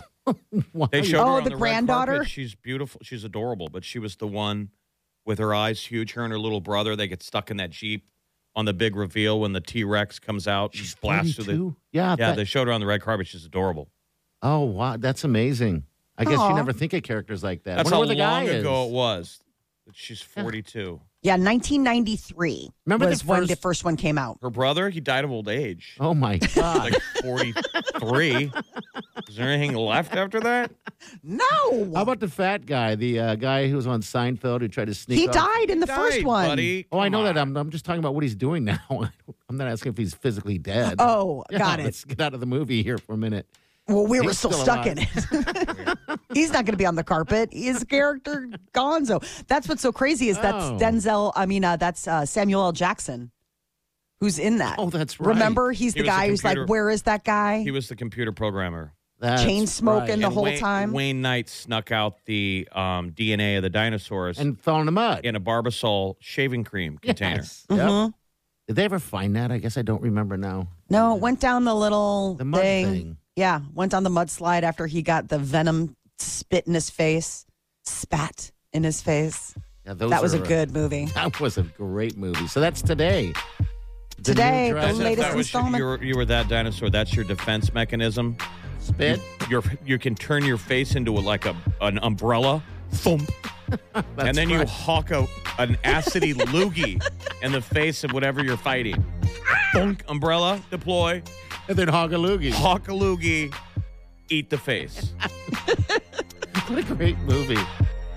Speaker 5: They showed
Speaker 3: Oh,
Speaker 5: her on
Speaker 3: the
Speaker 5: red
Speaker 3: granddaughter?
Speaker 5: carpet. She's beautiful. She's adorable, but she was the one with her eyes huge. Her and her little brother they get stuck in that jeep on the big reveal when the T Rex comes out. and blasts through the-
Speaker 4: 42? Yeah.
Speaker 5: yeah.
Speaker 4: that-
Speaker 5: They showed her on the red carpet. She's adorable.
Speaker 4: oh wow, that's amazing. I guess
Speaker 3: Aw.
Speaker 4: you never think of characters like that.
Speaker 5: That's
Speaker 4: Wonder
Speaker 5: how
Speaker 4: where the guy
Speaker 5: long ago
Speaker 4: is.
Speaker 5: it was. But She's 42.
Speaker 3: Yeah, 1993
Speaker 4: Remember the
Speaker 3: was when the
Speaker 4: first-
Speaker 3: first one came out.
Speaker 5: Her brother, he died of old age.
Speaker 4: Oh my god.
Speaker 5: Like 43. Is there anything left after that?
Speaker 3: No,
Speaker 4: How about the fat guy, the uh, guy who was on Seinfeld who tried to sneak?
Speaker 3: he
Speaker 4: off-
Speaker 3: died in the first
Speaker 5: Died,
Speaker 3: one.
Speaker 5: buddy.
Speaker 4: Oh, I
Speaker 5: Come
Speaker 4: know that.
Speaker 5: on.
Speaker 4: I'm, I'm just talking about what he's doing now. I don't- I'm not asking if he's physically dead.
Speaker 3: Oh,
Speaker 4: Yeah,
Speaker 3: got it.
Speaker 4: Let's get out of the movie here for a minute.
Speaker 3: Well, we were
Speaker 4: He's
Speaker 3: still,
Speaker 4: still
Speaker 3: stuck in it. He's not going to be on the carpet. His character Gonzo. That's what's so crazy is that's
Speaker 4: Oh.
Speaker 3: Denzel. I mean, uh, that's uh, Samuel L. Jackson, who's in that.
Speaker 4: Oh, that's right.
Speaker 3: Remember, he's
Speaker 5: He
Speaker 3: the
Speaker 5: was a
Speaker 3: guy who's like,
Speaker 5: computer-
Speaker 3: "Where is that guy?"
Speaker 5: He was the computer programmer.
Speaker 4: That's
Speaker 3: Chain smoking
Speaker 4: right.
Speaker 3: the
Speaker 5: And
Speaker 3: whole
Speaker 5: Wayne-
Speaker 3: time.
Speaker 5: Wayne Knight snuck out the um, DNA of the dinosaurs
Speaker 4: and fell in the mud
Speaker 5: in a Barbasol shaving cream container.
Speaker 4: Yes. Yep.
Speaker 3: Mm-hmm.
Speaker 4: Did they ever find that? I guess I don't remember now.
Speaker 3: No, it went down the little
Speaker 4: The mud thing.
Speaker 3: Yeah, went down the mudslide after he got the venom spit in his face, spat in his face.
Speaker 4: Yeah, those
Speaker 3: that was a
Speaker 4: are, uh,
Speaker 3: good movie.
Speaker 4: That was a great movie. So that's today. The
Speaker 3: Today,
Speaker 4: new
Speaker 3: the
Speaker 4: Jurassic
Speaker 3: latest
Speaker 5: that was your-
Speaker 3: installment.
Speaker 5: you were- you were that dinosaur. That's your defense mechanism.
Speaker 4: Spit.
Speaker 5: your you can turn your face into a, like a an umbrella, thump, and then you
Speaker 4: right.
Speaker 5: hawk a, an acidy loogie in the face of whatever you're fighting. Thunk, umbrella, deploy,
Speaker 4: And then Hogaloogie.
Speaker 5: hawk a loogie, eat the face.
Speaker 4: What a great movie.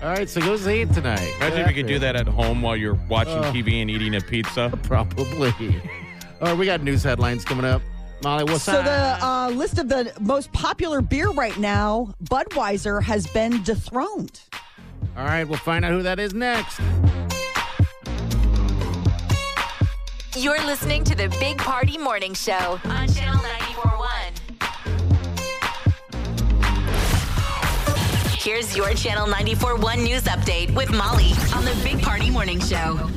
Speaker 4: All right, so go see it tonight.
Speaker 5: Imagine if you could do that at home while you're watching
Speaker 4: Oh.
Speaker 5: TV and eating a pizza.
Speaker 4: Probably. All right, we got news headlines coming up. Molly, what's
Speaker 3: So
Speaker 4: up?
Speaker 3: the uh, list of the most popular beer right now, Budweiser has been dethroned.
Speaker 4: All right, we'll find out who that is next.
Speaker 2: You're listening to the Big Party Morning Show on Channel 941. Here's your Channel 941 news update with Molly on the Big Party Morning Show.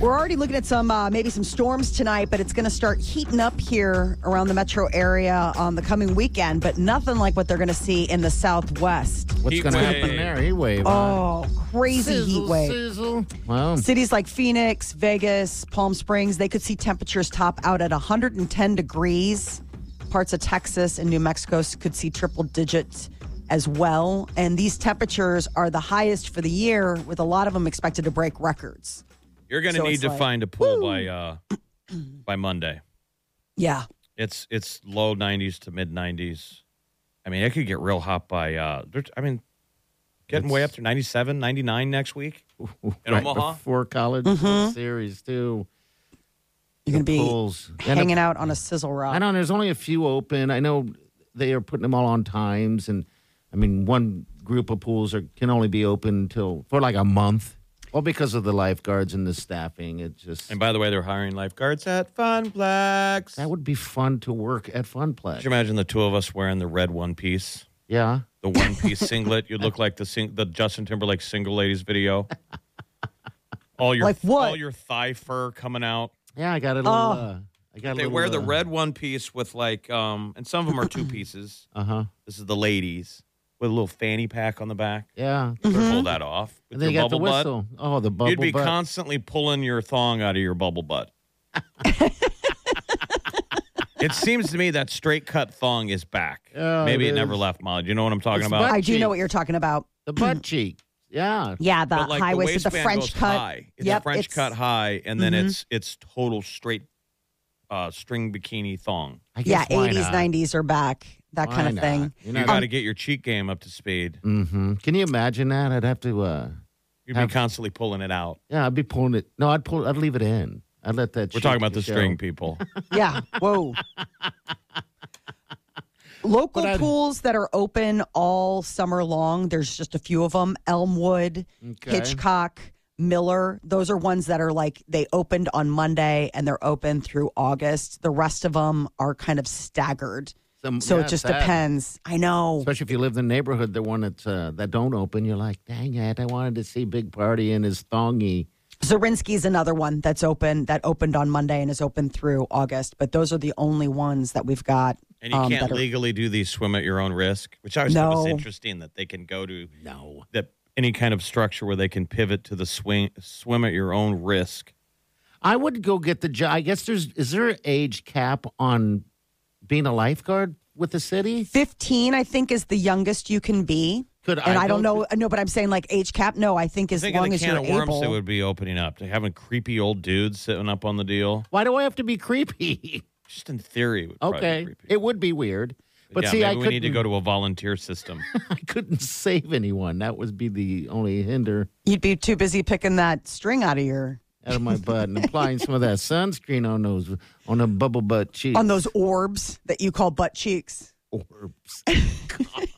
Speaker 3: We're already looking at some uh, maybe some storms tonight, but it's going to start heating up here around the metro area on the coming weekend. But nothing like what they're going to see in the southwest.
Speaker 4: What's
Speaker 5: Heat
Speaker 4: going to
Speaker 5: wave.
Speaker 4: happen there? Heat wave. huh?
Speaker 3: Oh, crazy
Speaker 4: sizzle,
Speaker 3: heat wave!
Speaker 4: Sizzle. Well,
Speaker 3: Cities like Phoenix, Vegas, Palm Springs, they could see temperatures top out at 110 degrees. Parts of Texas and New Mexico could see triple digits as well. And these temperatures are the highest for the year, with a lot of them expected to break records.
Speaker 5: You're gonna
Speaker 3: So
Speaker 5: need
Speaker 3: it's
Speaker 5: to
Speaker 3: like,
Speaker 5: find a pool by uh, by Monday.
Speaker 3: Yeah.
Speaker 5: It's it's low 90s to mid 90s. I mean, it could get real hot by uh there's- I mean getting way up to 97, 99 next week. In
Speaker 4: right
Speaker 5: Omaha?
Speaker 4: before college series too.
Speaker 3: Mm-hmm. You're going to be
Speaker 4: Pools. And
Speaker 3: hanging out on a sizzle rock.
Speaker 4: I know there's only a few open. I know they are putting them all on times, and I mean one group of pools are, can only be open till for like a month. Well, because of the lifeguards and the staffing, it just
Speaker 5: And by the way, they're hiring lifeguards at Funplex.
Speaker 4: that would be fun to work at
Speaker 5: Could
Speaker 4: Funplex.
Speaker 5: you imagine the two of us wearing the red one piece?
Speaker 4: Yeah,
Speaker 5: The one piece singlet. You'd look like the sing- the Justin Timberlake single ladies video. All your
Speaker 3: Like what?
Speaker 5: all your thigh fur coming out.
Speaker 4: yeah, I got a little.
Speaker 3: Oh.
Speaker 4: Uh, I got. a
Speaker 5: They
Speaker 4: little,
Speaker 5: wear the
Speaker 4: uh,
Speaker 5: red one piece with like um and some of them are two pieces.
Speaker 4: Uh huh.
Speaker 5: This is the ladies with a little fanny pack on the back.
Speaker 4: Yeah,
Speaker 5: You better Pull that off
Speaker 4: and
Speaker 5: with
Speaker 4: then you
Speaker 5: your
Speaker 4: Mm-hmm. got the
Speaker 5: bubble butt.
Speaker 4: whistle. Oh, the bubble
Speaker 5: You'd be
Speaker 4: butt.
Speaker 5: constantly pulling your thong out of your bubble butt. it seems to me that straight cut thong is back.
Speaker 4: Yeah,
Speaker 5: Maybe it,
Speaker 4: Oh, it
Speaker 5: never
Speaker 4: is.
Speaker 5: left, Molly. Do you know what I'm talking
Speaker 4: It's
Speaker 5: about?
Speaker 4: butt
Speaker 3: I do
Speaker 4: cheek.
Speaker 3: know what you're talking about.
Speaker 4: the butt cheek. Yeah,
Speaker 3: Yeah, the
Speaker 5: But, like,
Speaker 3: high waisted, the,
Speaker 5: waistband
Speaker 3: French
Speaker 5: goes
Speaker 3: cut.
Speaker 5: High. It's a French
Speaker 3: it's-
Speaker 5: cut high, and then
Speaker 4: Mm-hmm.
Speaker 5: it's it's total straight uh, string bikini thong.
Speaker 4: I
Speaker 3: Yeah,
Speaker 4: guess why
Speaker 3: 80s,
Speaker 4: not?
Speaker 3: 90s are back. That
Speaker 4: Why
Speaker 3: kind of
Speaker 4: not?
Speaker 3: thing.
Speaker 4: You
Speaker 5: You
Speaker 4: know,
Speaker 5: got to get your cheek game up to speed.
Speaker 4: hmm Can you imagine that? I'd have to. uh
Speaker 5: You'd be
Speaker 4: Have-
Speaker 5: constantly pulling it out.
Speaker 4: Yeah, I'd be pulling it. No, I'd pull. I'd leave it in. I'd let that.
Speaker 5: We're
Speaker 4: shake
Speaker 5: talking about the
Speaker 4: show.
Speaker 5: string people.
Speaker 3: Yeah. Whoa. Local
Speaker 4: But I-
Speaker 3: pools that are open all summer long. There's just a few of them: Elmwood,
Speaker 4: Okay.
Speaker 3: Hitchcock, Miller. Those are ones that are like they opened on Monday and they're open through August. The rest of them are kind of staggered,
Speaker 4: Some-
Speaker 3: so
Speaker 4: yeah,
Speaker 3: it just
Speaker 4: sad.
Speaker 3: depends. I know.
Speaker 4: Especially if you live in the neighborhood, the one that uh, that don't open, you're like, dang it, I wanted to see Big Party in his thongy.
Speaker 3: Zerinsky's another one that's open that opened on Monday and is open through August. But those are the only ones that we've got.
Speaker 5: And you
Speaker 3: um,
Speaker 5: can't
Speaker 3: that are-
Speaker 5: legally do these swim at your own risk, which I always thought was
Speaker 3: No.
Speaker 5: interesting that they can go to no that any kind of structure where they can pivot to the swing swim at your own risk.
Speaker 4: I would go get the job. I guess there's is there an age cap on being a lifeguard with the city?
Speaker 3: Fifteen, I think, is the youngest you can be.
Speaker 4: Could
Speaker 3: and I,
Speaker 4: I
Speaker 3: don't
Speaker 4: go
Speaker 3: know. No, but I'm saying like age cap. No, I think as
Speaker 5: Think of
Speaker 3: long
Speaker 5: the
Speaker 3: as
Speaker 5: can
Speaker 3: you're
Speaker 5: of worms
Speaker 3: able.
Speaker 5: that would be opening up to having creepy old dudes sitting up on the deal.
Speaker 4: Why do I have to be creepy?
Speaker 5: Just in theory, it would probably be
Speaker 4: okay,
Speaker 5: creepy.
Speaker 4: it would be weird. But
Speaker 5: yeah,
Speaker 4: see,
Speaker 5: maybe
Speaker 4: I
Speaker 5: we
Speaker 4: couldn't,
Speaker 5: need to go to a volunteer system.
Speaker 4: I couldn't save anyone. That would be the only hinder
Speaker 3: You'd be too busy picking that string out of your
Speaker 4: out of my butt and applying some of that sunscreen on those on a bubble butt cheek.
Speaker 3: on those orbs that you call butt cheeks.
Speaker 4: orbs. God.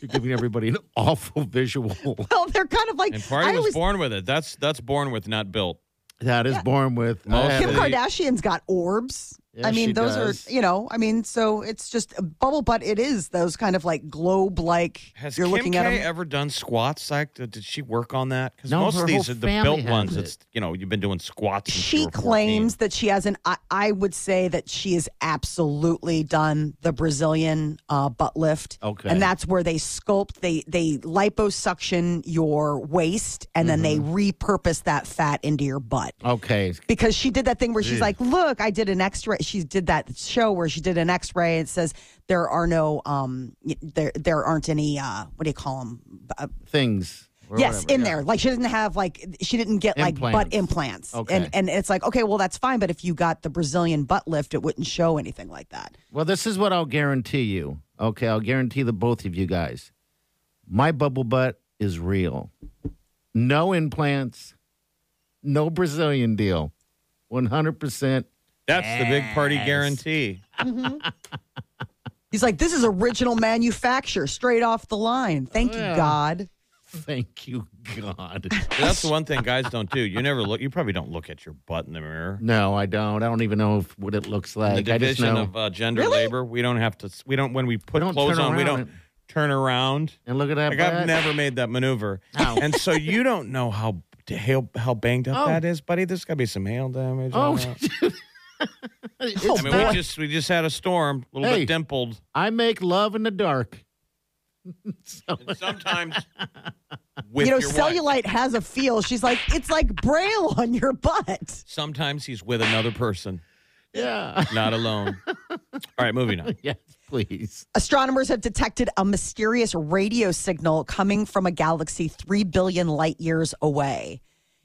Speaker 4: You're giving everybody an awful visual.
Speaker 3: Well, they're kind of like
Speaker 5: and party
Speaker 3: I
Speaker 5: was
Speaker 3: always
Speaker 5: born with it. That's that's born with, not built.
Speaker 4: That is born with.
Speaker 5: Most
Speaker 4: I had
Speaker 3: Kim
Speaker 5: Yeah, they-
Speaker 3: Kardashian's got orbs.
Speaker 4: Yeah,
Speaker 3: I mean,
Speaker 4: she
Speaker 3: those
Speaker 4: does.
Speaker 3: are you know. I mean, so it's just bubble butt. It is those kind of like globe like.
Speaker 5: Has
Speaker 3: You're
Speaker 5: Kim
Speaker 3: looking
Speaker 5: K
Speaker 3: at them.
Speaker 5: ever done squats? Like, did did she work on that? Because
Speaker 4: No,
Speaker 5: most
Speaker 4: her
Speaker 5: of these
Speaker 4: whole
Speaker 5: are the
Speaker 4: family
Speaker 5: built
Speaker 4: has
Speaker 5: ones.
Speaker 4: it.
Speaker 5: It's you know you've been doing squats. since you
Speaker 3: She
Speaker 5: were 14.
Speaker 3: claims that she has an. I, I would say that she has absolutely done the Brazilian uh, butt lift.
Speaker 4: Okay.
Speaker 3: and that's where they sculpt they they liposuction your waist and then they repurpose that fat into your butt.
Speaker 4: Okay,
Speaker 3: because she did that thing where she's like, "Look, I did an X-ray." She did that show where she did an X-ray. It says there are no, um, y- there there aren't any. Uh, what do you call them? Uh,
Speaker 4: things. or
Speaker 3: yes,
Speaker 4: whatever,
Speaker 3: in
Speaker 4: yeah.
Speaker 3: there. Like she didn't have like she didn't get like butt
Speaker 4: Implants.
Speaker 3: implants.
Speaker 4: Okay.
Speaker 3: And and it's like okay, well that's fine. But if you got the Brazilian butt lift, it wouldn't show anything like that.
Speaker 4: Well, this is what I'll guarantee you. Okay, I'll guarantee the both of you guys. My bubble butt is real. No implants, no Brazilian deal. 100%.
Speaker 5: That's the big party guarantee.
Speaker 3: He's like, this is original manufacture, straight off the line. Thank you, God.
Speaker 4: Thank you, God.
Speaker 5: That's the one thing guys don't do. You never look. You probably don't look at your butt in the mirror.
Speaker 4: no, I don't. I don't even know if, what it looks Mm. like.
Speaker 5: the
Speaker 4: I just
Speaker 5: division
Speaker 4: know.
Speaker 5: of uh, gender labor. We don't have to. We don't when we put
Speaker 4: don't
Speaker 5: clothes
Speaker 4: turn
Speaker 5: on. We
Speaker 4: around
Speaker 5: don't
Speaker 4: it.
Speaker 5: turn around.
Speaker 4: and look at that.
Speaker 5: Like I've
Speaker 4: butt.
Speaker 5: never made that maneuver,
Speaker 4: Ow.
Speaker 5: and so you don't know how how, how banged
Speaker 4: Oh.
Speaker 5: up that is, buddy. There's got to be some hail damage.
Speaker 4: Oh,
Speaker 5: on that.
Speaker 4: It's-
Speaker 5: I mean, we just we just had a storm, a little
Speaker 4: Hey.
Speaker 5: bit dimpled.
Speaker 4: I make love in the dark.
Speaker 5: And sometimes with
Speaker 3: you know,
Speaker 5: your
Speaker 3: cellulite
Speaker 5: wife.
Speaker 3: has a feel. She's like, it's like braille on your butt.
Speaker 5: Sometimes he's with another person,
Speaker 4: Yeah.
Speaker 5: not alone. All right, moving on.
Speaker 4: yes, please.
Speaker 3: Astronomers have detected a mysterious radio signal coming from a galaxy 3 billion light years away.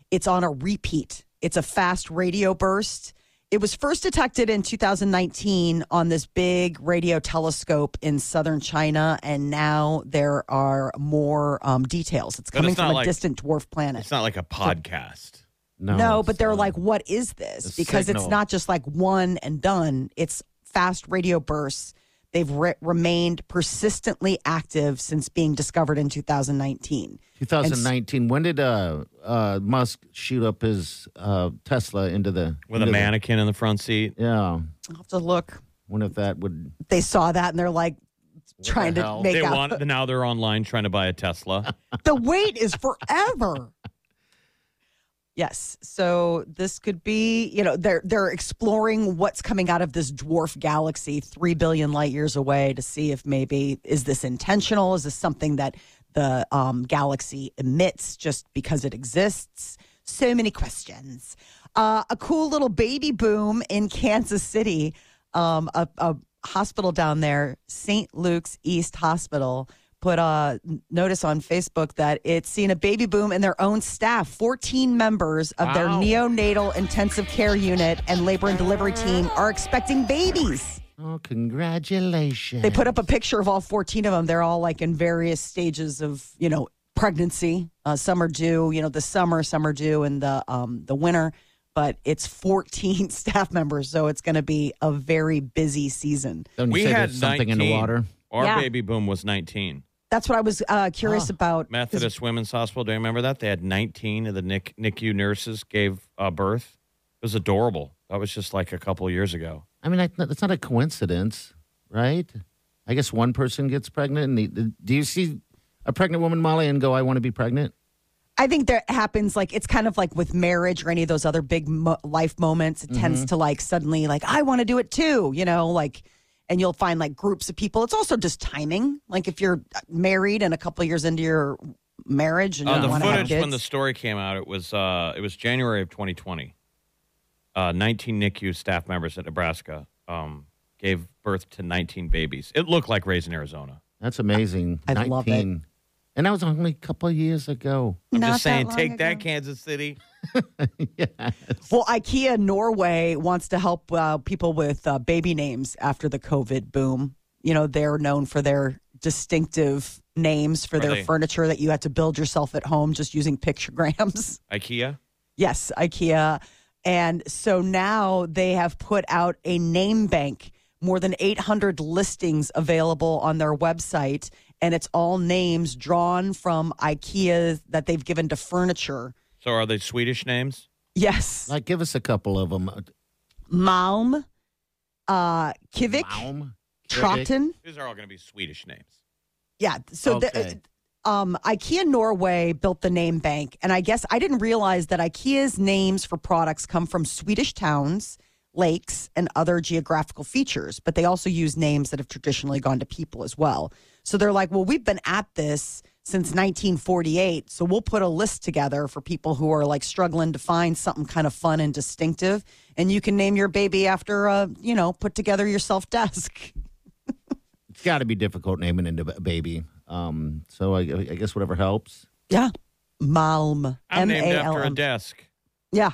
Speaker 3: It's on a repeat, it's a fast radio burst. It was first detected in 2019 on this big radio telescope in southern China, and now there are more um, details. It's
Speaker 5: But
Speaker 3: coming
Speaker 5: it's
Speaker 3: from a
Speaker 5: not like-
Speaker 3: distant dwarf planet.
Speaker 5: It's not like a podcast.
Speaker 4: No,
Speaker 3: No,
Speaker 4: it's
Speaker 3: but they're
Speaker 4: not.
Speaker 3: like, what is this?
Speaker 4: It's
Speaker 3: because it's
Speaker 4: signal.
Speaker 3: not just like one and done, it's fast radio bursts. They've re- remained persistently active since being discovered in 2019.
Speaker 4: 2019. When did uh, uh, Musk shoot up his uh, Tesla into the
Speaker 5: with a
Speaker 4: into the-
Speaker 5: mannequin in the front seat.
Speaker 4: yeah,
Speaker 3: I'll have to look.
Speaker 4: wonder if that would.
Speaker 3: They saw that and they're like trying to
Speaker 4: hell?
Speaker 3: make
Speaker 5: They
Speaker 3: out.
Speaker 5: want now they're online trying to buy a Tesla.
Speaker 3: the wait is forever. Yes, so this could be, you know, they're they're exploring what's coming out of this dwarf galaxy 3 billion light years away to see if maybe is this intentional? Is this something that the um, galaxy emits just because it exists? So many questions. Uh, a cool little baby boom in Kansas City, um, a, a hospital down there, St. Luke's East Hospital, put a notice on Facebook that it's seen a baby boom in their own staff. 14 members of their neonatal intensive care unit and labor and delivery team are expecting babies.
Speaker 4: Oh, congratulations!
Speaker 3: They put up a picture of all 14 of them. They're all like in various stages of, you know, pregnancy. Uh, some are due, you know, the summer, some are due in the um, the winter. But it's 14 staff members, so it's going to be a very busy season.
Speaker 4: Don't you
Speaker 5: we
Speaker 4: say
Speaker 5: had
Speaker 4: there's something in the
Speaker 5: 19.
Speaker 4: water.
Speaker 5: Our
Speaker 3: Yeah.
Speaker 5: baby boom was 19.
Speaker 3: That's what I was uh, curious about.
Speaker 5: Methodist Women's Hospital. Do you remember that? They had 19 of the Nick, NICU nurses gave uh, birth. It was adorable. That was just like a couple of years ago.
Speaker 4: I mean, I, that's not a coincidence, right? I guess one person gets pregnant, and the, the, do you see a pregnant woman, Molly, and go, "I want to be pregnant"?
Speaker 3: I think that happens like it's kind of like with marriage or any of those other big mo- life moments. It
Speaker 5: Mm-hmm.
Speaker 3: tends to like suddenly like I want to do it too, you know, like and you'll find like groups of people. It's also just timing. Like if you're uh, married and a couple of years into your marriage and
Speaker 5: Uh,
Speaker 3: you
Speaker 5: the
Speaker 3: want to have
Speaker 5: footage
Speaker 3: kids.
Speaker 5: when the story came out, it was uh, it was January of 2020. Uh, 19 NICU staff members at Nebraska um, gave birth to 19 babies. It looked like raising Arizona.
Speaker 4: That's amazing.
Speaker 3: I love it.
Speaker 4: And that was only a couple of years ago.
Speaker 5: I'm
Speaker 3: Not
Speaker 5: just saying,
Speaker 3: long
Speaker 5: take
Speaker 3: ago.
Speaker 5: that, Kansas City.
Speaker 3: Well, IKEA Norway wants to help uh, people with uh, baby names after the COVID boom. You know, they're known for their distinctive names for
Speaker 5: Are
Speaker 3: their
Speaker 5: they-
Speaker 3: furniture that you had to build yourself at home just using pictograms.
Speaker 5: IKEA.
Speaker 3: Yes, IKEA. And so now they have put out a name bank, more than 800 listings available on their website. And it's all names drawn from IKEA that they've given to furniture.
Speaker 5: So are they Swedish names?
Speaker 3: Yes.
Speaker 4: Like, give us a couple of them.
Speaker 3: Malm, uh, Kivik, Trotten.
Speaker 5: These are all going to be Swedish names.
Speaker 3: Yeah. So the,
Speaker 4: Okay.
Speaker 3: um, IKEA Norway built the name bank, and I guess I didn't realize that IKEA's names for products come from Swedish towns, lakes, and other geographical features. But they also use names that have traditionally gone to people as well. So they're like, well, we've been at this since 1948, so we'll put a list together for people who are like struggling to find something kind of fun and distinctive, and you can name your baby after a you know put together yourself desk.
Speaker 4: It's got to be difficult naming into a baby. Um, so I, I guess whatever helps.
Speaker 3: Yeah. Malm.
Speaker 5: I'm named after a
Speaker 3: M-A-L-M.
Speaker 5: desk.
Speaker 3: Yeah.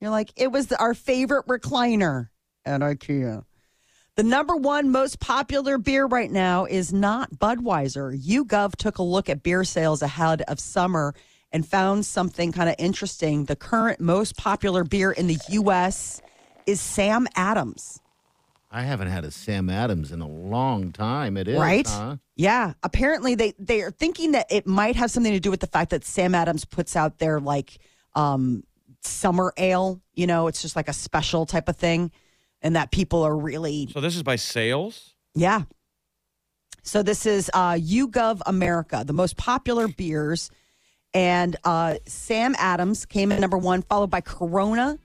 Speaker 3: You're like, it was our favorite recliner at IKEA. The number one most popular beer right now is not Budweiser. YouGov took a look at beer sales ahead of summer and found something kind of interesting. The current most popular beer in the U.S. is Sam Adams.
Speaker 4: I haven't had a Sam Adams in a long time. It is
Speaker 3: right?
Speaker 4: huh?
Speaker 3: Yeah. Apparently, they they are thinking that it might have something to do with the fact that Sam Adams puts out their like um, summer ale. You know, it's just like a special type of thing, and that people are really
Speaker 5: So this is by sales.
Speaker 3: yeah. So this is uh, YouGov America, the most popular beers, and uh, Sam Adams came in number one, followed by Corona,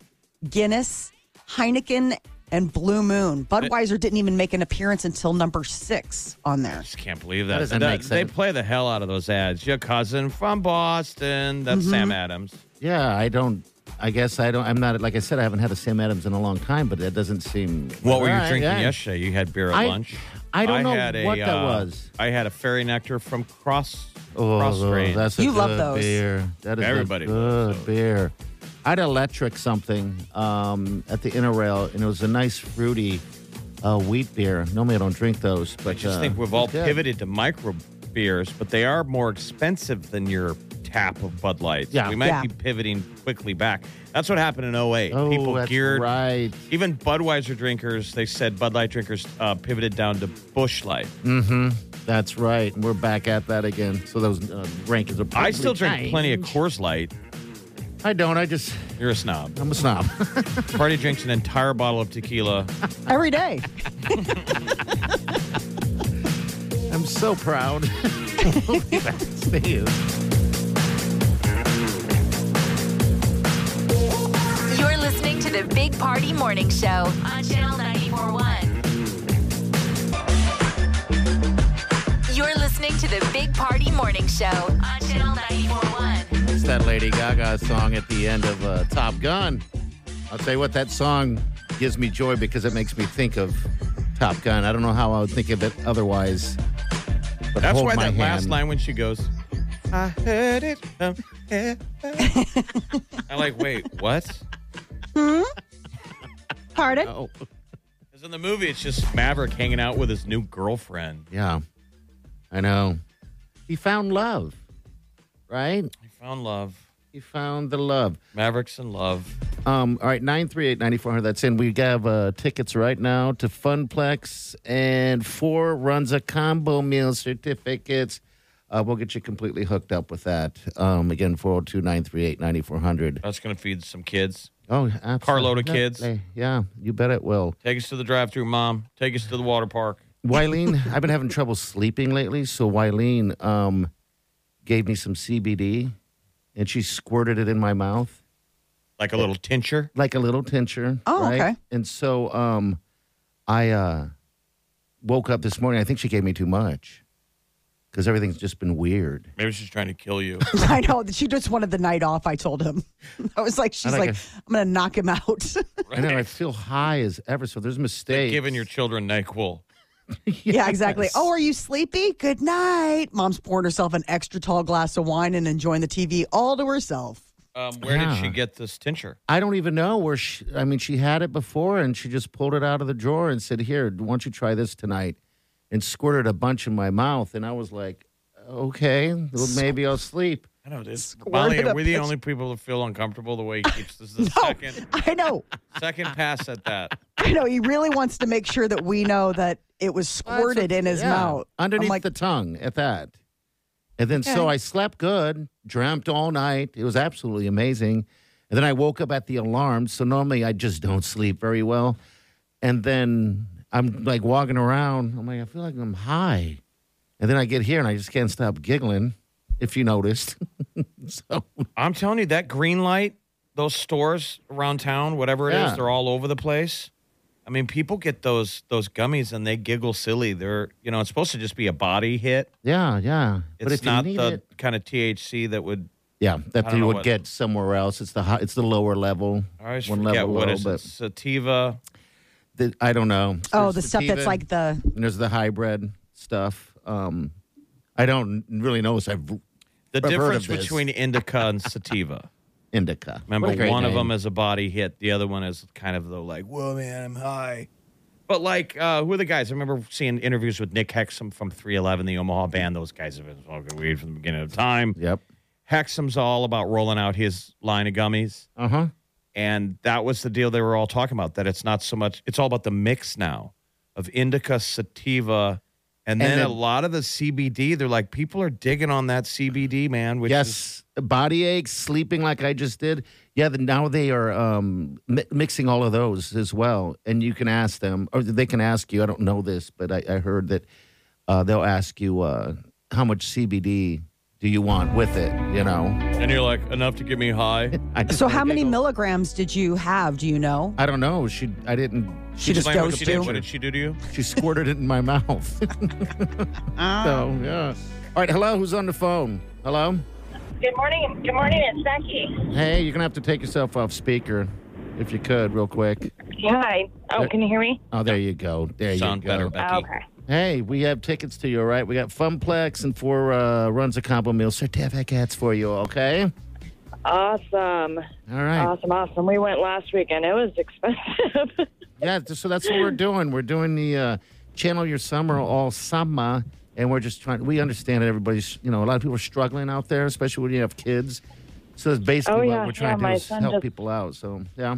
Speaker 3: Guinness, Heineken, and Blue Moon. Budweiser didn't even make an appearance until number six on there.
Speaker 5: I just can't believe that.
Speaker 4: That doesn't make
Speaker 5: They
Speaker 4: sense.
Speaker 5: play the hell out of those ads. Your cousin from Boston.
Speaker 4: Mm-hmm.
Speaker 5: That's Sam Adams.
Speaker 4: Yeah, I don't. I guess I don't. I'm not. Like I said, I haven't had a Sam Adams in a long time, but that doesn't seem.
Speaker 5: What were you
Speaker 4: Right,
Speaker 5: drinking
Speaker 4: yeah.
Speaker 5: yesterday? You had beer at
Speaker 4: I-
Speaker 5: lunch.
Speaker 4: I don't know
Speaker 5: had a,
Speaker 4: what that
Speaker 5: uh,
Speaker 4: was.
Speaker 5: I had a fairy nectar from Cross.
Speaker 4: Oh,
Speaker 5: cross Grain.
Speaker 4: that's a
Speaker 3: You
Speaker 4: good
Speaker 3: love those.
Speaker 4: beer. That is
Speaker 5: Everybody
Speaker 4: a
Speaker 5: loves
Speaker 4: good beer. I had electric something um, at the inner rail, and it was a nice fruity uh, wheat beer. Normally, I don't drink those, but
Speaker 5: I just
Speaker 4: uh,
Speaker 5: think
Speaker 4: it
Speaker 5: we've
Speaker 4: was
Speaker 5: all
Speaker 4: good.
Speaker 5: pivoted to micro beers, but they are more expensive than your tap of Bud Light.
Speaker 4: Yeah.
Speaker 5: We might
Speaker 3: Yeah.
Speaker 5: be pivoting quickly back. That's what happened in 08.
Speaker 4: Oh,
Speaker 5: People
Speaker 4: that's
Speaker 5: geared
Speaker 4: right.
Speaker 5: Even Budweiser drinkers, they said Bud Light drinkers uh, pivoted down to Bush Light.
Speaker 4: Mm. That's right. And we're back at that again. So those uh, rankings are.
Speaker 5: I still drink
Speaker 4: probably
Speaker 5: plenty of
Speaker 4: changed.
Speaker 5: Coors Light.
Speaker 4: I don't. I just.
Speaker 5: You're a snob.
Speaker 4: I'm a snob.
Speaker 5: Party drinks an entire bottle of tequila.
Speaker 3: Every day.
Speaker 4: I'm so proud. Thank you.
Speaker 2: You're listening to the Big Party Morning Show on Channel 941. You're listening to the Big Party Morning Show on Channel 941.
Speaker 4: It's that Lady Gaga song at the end of uh, Top Gun. I'll tell you what, that song gives me joy because it makes me think of Top Gun. I don't know how I would think of it otherwise. But
Speaker 5: That's
Speaker 4: hold
Speaker 5: why
Speaker 4: my
Speaker 5: that last
Speaker 4: hand.
Speaker 5: line when she goes, I heard it. um, eh, from heaven." I'm like, wait, what?
Speaker 3: Pardon?
Speaker 4: Oh,
Speaker 5: Because in the movie, it's just Maverick hanging out with his new girlfriend.
Speaker 4: yeah. I know. He found love, right?
Speaker 5: He found love.
Speaker 4: He found the love.
Speaker 5: Maverick's in love.
Speaker 4: Um, all right, 938 9400. That's in. We have uh, tickets right now to Funplex and four runs of combo meal certificates. Uh, we'll get you completely hooked up with that. Um, again, 402 938 9400.
Speaker 5: That's going to feed some kids.
Speaker 4: Oh, absolutely.
Speaker 5: Carload of kids.
Speaker 4: Yeah, you bet it will.
Speaker 5: Take us to the drive through, Mom. Take us to the water park.
Speaker 4: Wyleen, I've been having trouble sleeping lately, so Wyleen um, gave me some CBD and she squirted it in my mouth
Speaker 5: Like a little tincture.
Speaker 4: like a little tincture.
Speaker 3: Oh,
Speaker 4: right?
Speaker 3: okay.
Speaker 4: And so um, I uh, woke up this morning. I think she gave me too much because everything's just been weird.
Speaker 5: Maybe she's trying to kill you.
Speaker 3: I know she just wanted the night off. I told him. I was like, she's
Speaker 4: like
Speaker 3: like,
Speaker 4: it.
Speaker 3: I'm gonna knock him out.
Speaker 4: I know I feel high as ever. So there's mistakes.
Speaker 5: Like giving your children Nyquil.
Speaker 3: yeah, exactly.
Speaker 4: Yes.
Speaker 3: Oh, are you sleepy? Good night. Mom's pouring herself an extra tall glass of wine and enjoying the TV all to herself.
Speaker 5: Um, where did she
Speaker 4: Yeah.
Speaker 5: get this tincture?
Speaker 4: I don't even know where she, I mean, she had it before and she just pulled it out of the drawer and said, Here, why don't you try this tonight? And squirted a bunch in my mouth. And I was like, Okay, well, maybe I'll sleep.
Speaker 5: I know this.
Speaker 3: Squirted
Speaker 5: Molly,
Speaker 3: a
Speaker 5: are we the
Speaker 3: pitch-
Speaker 5: only people that feel uncomfortable the way he keeps this? Is the
Speaker 3: No,
Speaker 5: second,
Speaker 3: I know.
Speaker 5: second pass at that.
Speaker 3: I know. He really wants to make sure that we know that it was squirted in his
Speaker 4: Yeah,
Speaker 3: mouth. I'm
Speaker 4: Underneath
Speaker 3: like,
Speaker 4: the tongue at that. And then so I slept good, dreamt all night. It was absolutely amazing. And then I woke up at the alarm. So normally I just don't sleep very well. And then I'm like walking around. I'm like, I feel like I'm high. And then I get here and I just can't stop giggling, if you noticed. so
Speaker 5: I'm telling you, that green light, those stores around town, whatever it
Speaker 4: Yeah.
Speaker 5: is, they're all over the place. I mean, people get those those gummies and they giggle silly. They're you know, it's supposed to just be a body hit.
Speaker 4: yeah, yeah. but if
Speaker 5: It's not
Speaker 4: you need
Speaker 5: the
Speaker 4: it,
Speaker 5: kind of THC that would
Speaker 4: yeah, that
Speaker 5: don't
Speaker 4: you
Speaker 5: know
Speaker 4: would
Speaker 5: what-
Speaker 4: get somewhere else. It's the high, it's the lower level.
Speaker 5: I always forget what is it,
Speaker 4: but
Speaker 5: sativa.
Speaker 4: the, I don't know.
Speaker 3: oh,
Speaker 4: There's
Speaker 3: the stuff
Speaker 4: sativa.
Speaker 3: that's like the
Speaker 4: and there's the hybrid stuff. Um, I don't really know. So I've
Speaker 5: The
Speaker 4: I've heard
Speaker 5: difference
Speaker 4: of this.
Speaker 5: between indica and sativa.
Speaker 4: indica.
Speaker 5: Remember,
Speaker 4: What a great
Speaker 5: one of
Speaker 4: name.
Speaker 5: them is a body hit. The other one is kind of the like, whoa, man, I'm high. But like, uh, who are the guys? I remember seeing interviews with Nick Hexum from 311, the Omaha band. Those guys have been smoking weed from the beginning of time.
Speaker 4: Yep.
Speaker 5: Hexum's all about rolling out his line of gummies.
Speaker 4: Uh huh.
Speaker 5: And that was the deal they were all talking about that it's not so much, it's all about the mix now of indica, sativa, and then,
Speaker 4: then-
Speaker 5: a lot of the CBD. They're like, people are digging on that CBD, man. Which is-
Speaker 4: Yes. Body aches, sleeping like I just did. Yeah. The, now they are um, mi- mixing all of those as well, and you can ask them, or they can ask you. I don't know this, but I, I heard that uh, they'll ask you uh, how much CBD do you want with it. You know.
Speaker 5: and you're like, enough to get me high.
Speaker 4: I just
Speaker 3: So how many
Speaker 4: giggle.
Speaker 3: milligrams did you have? Do you know?
Speaker 4: I don't know. She. I didn't.
Speaker 3: She just
Speaker 5: Explain what
Speaker 3: dosed
Speaker 5: she did.
Speaker 3: you.
Speaker 5: What did she do to you?
Speaker 4: She squirted it in my mouth. so yeah. All right, hello. Who's on the phone? Hello.
Speaker 6: Good morning. Good morning. It's Becky.
Speaker 4: Hey, you're gonna have to take yourself off speaker, if you could, real quick.
Speaker 6: Hi. Oh, can you hear me?
Speaker 4: Oh, there you go. There
Speaker 5: Sound
Speaker 4: you go.
Speaker 5: better, Becky.
Speaker 6: Oh, okay.
Speaker 4: Hey, we have tickets to you, all right? We got Funplex and four uh, runs of combo meal certificates for you. Okay. All
Speaker 6: Awesome.
Speaker 4: right.
Speaker 6: Awesome. Awesome. We went last weekend. It was expensive.
Speaker 4: Yeah, th- so that's what we're doing. We're doing the uh, channel your summer all summer, and we're just trying. We understand that everybody's, you know, a lot of people are struggling out there, especially when you have kids. So that's basically
Speaker 6: Oh,
Speaker 4: what
Speaker 6: yeah,
Speaker 4: we're trying
Speaker 6: yeah, my
Speaker 4: to do is
Speaker 6: son
Speaker 4: help
Speaker 6: just-
Speaker 4: people out. So yeah,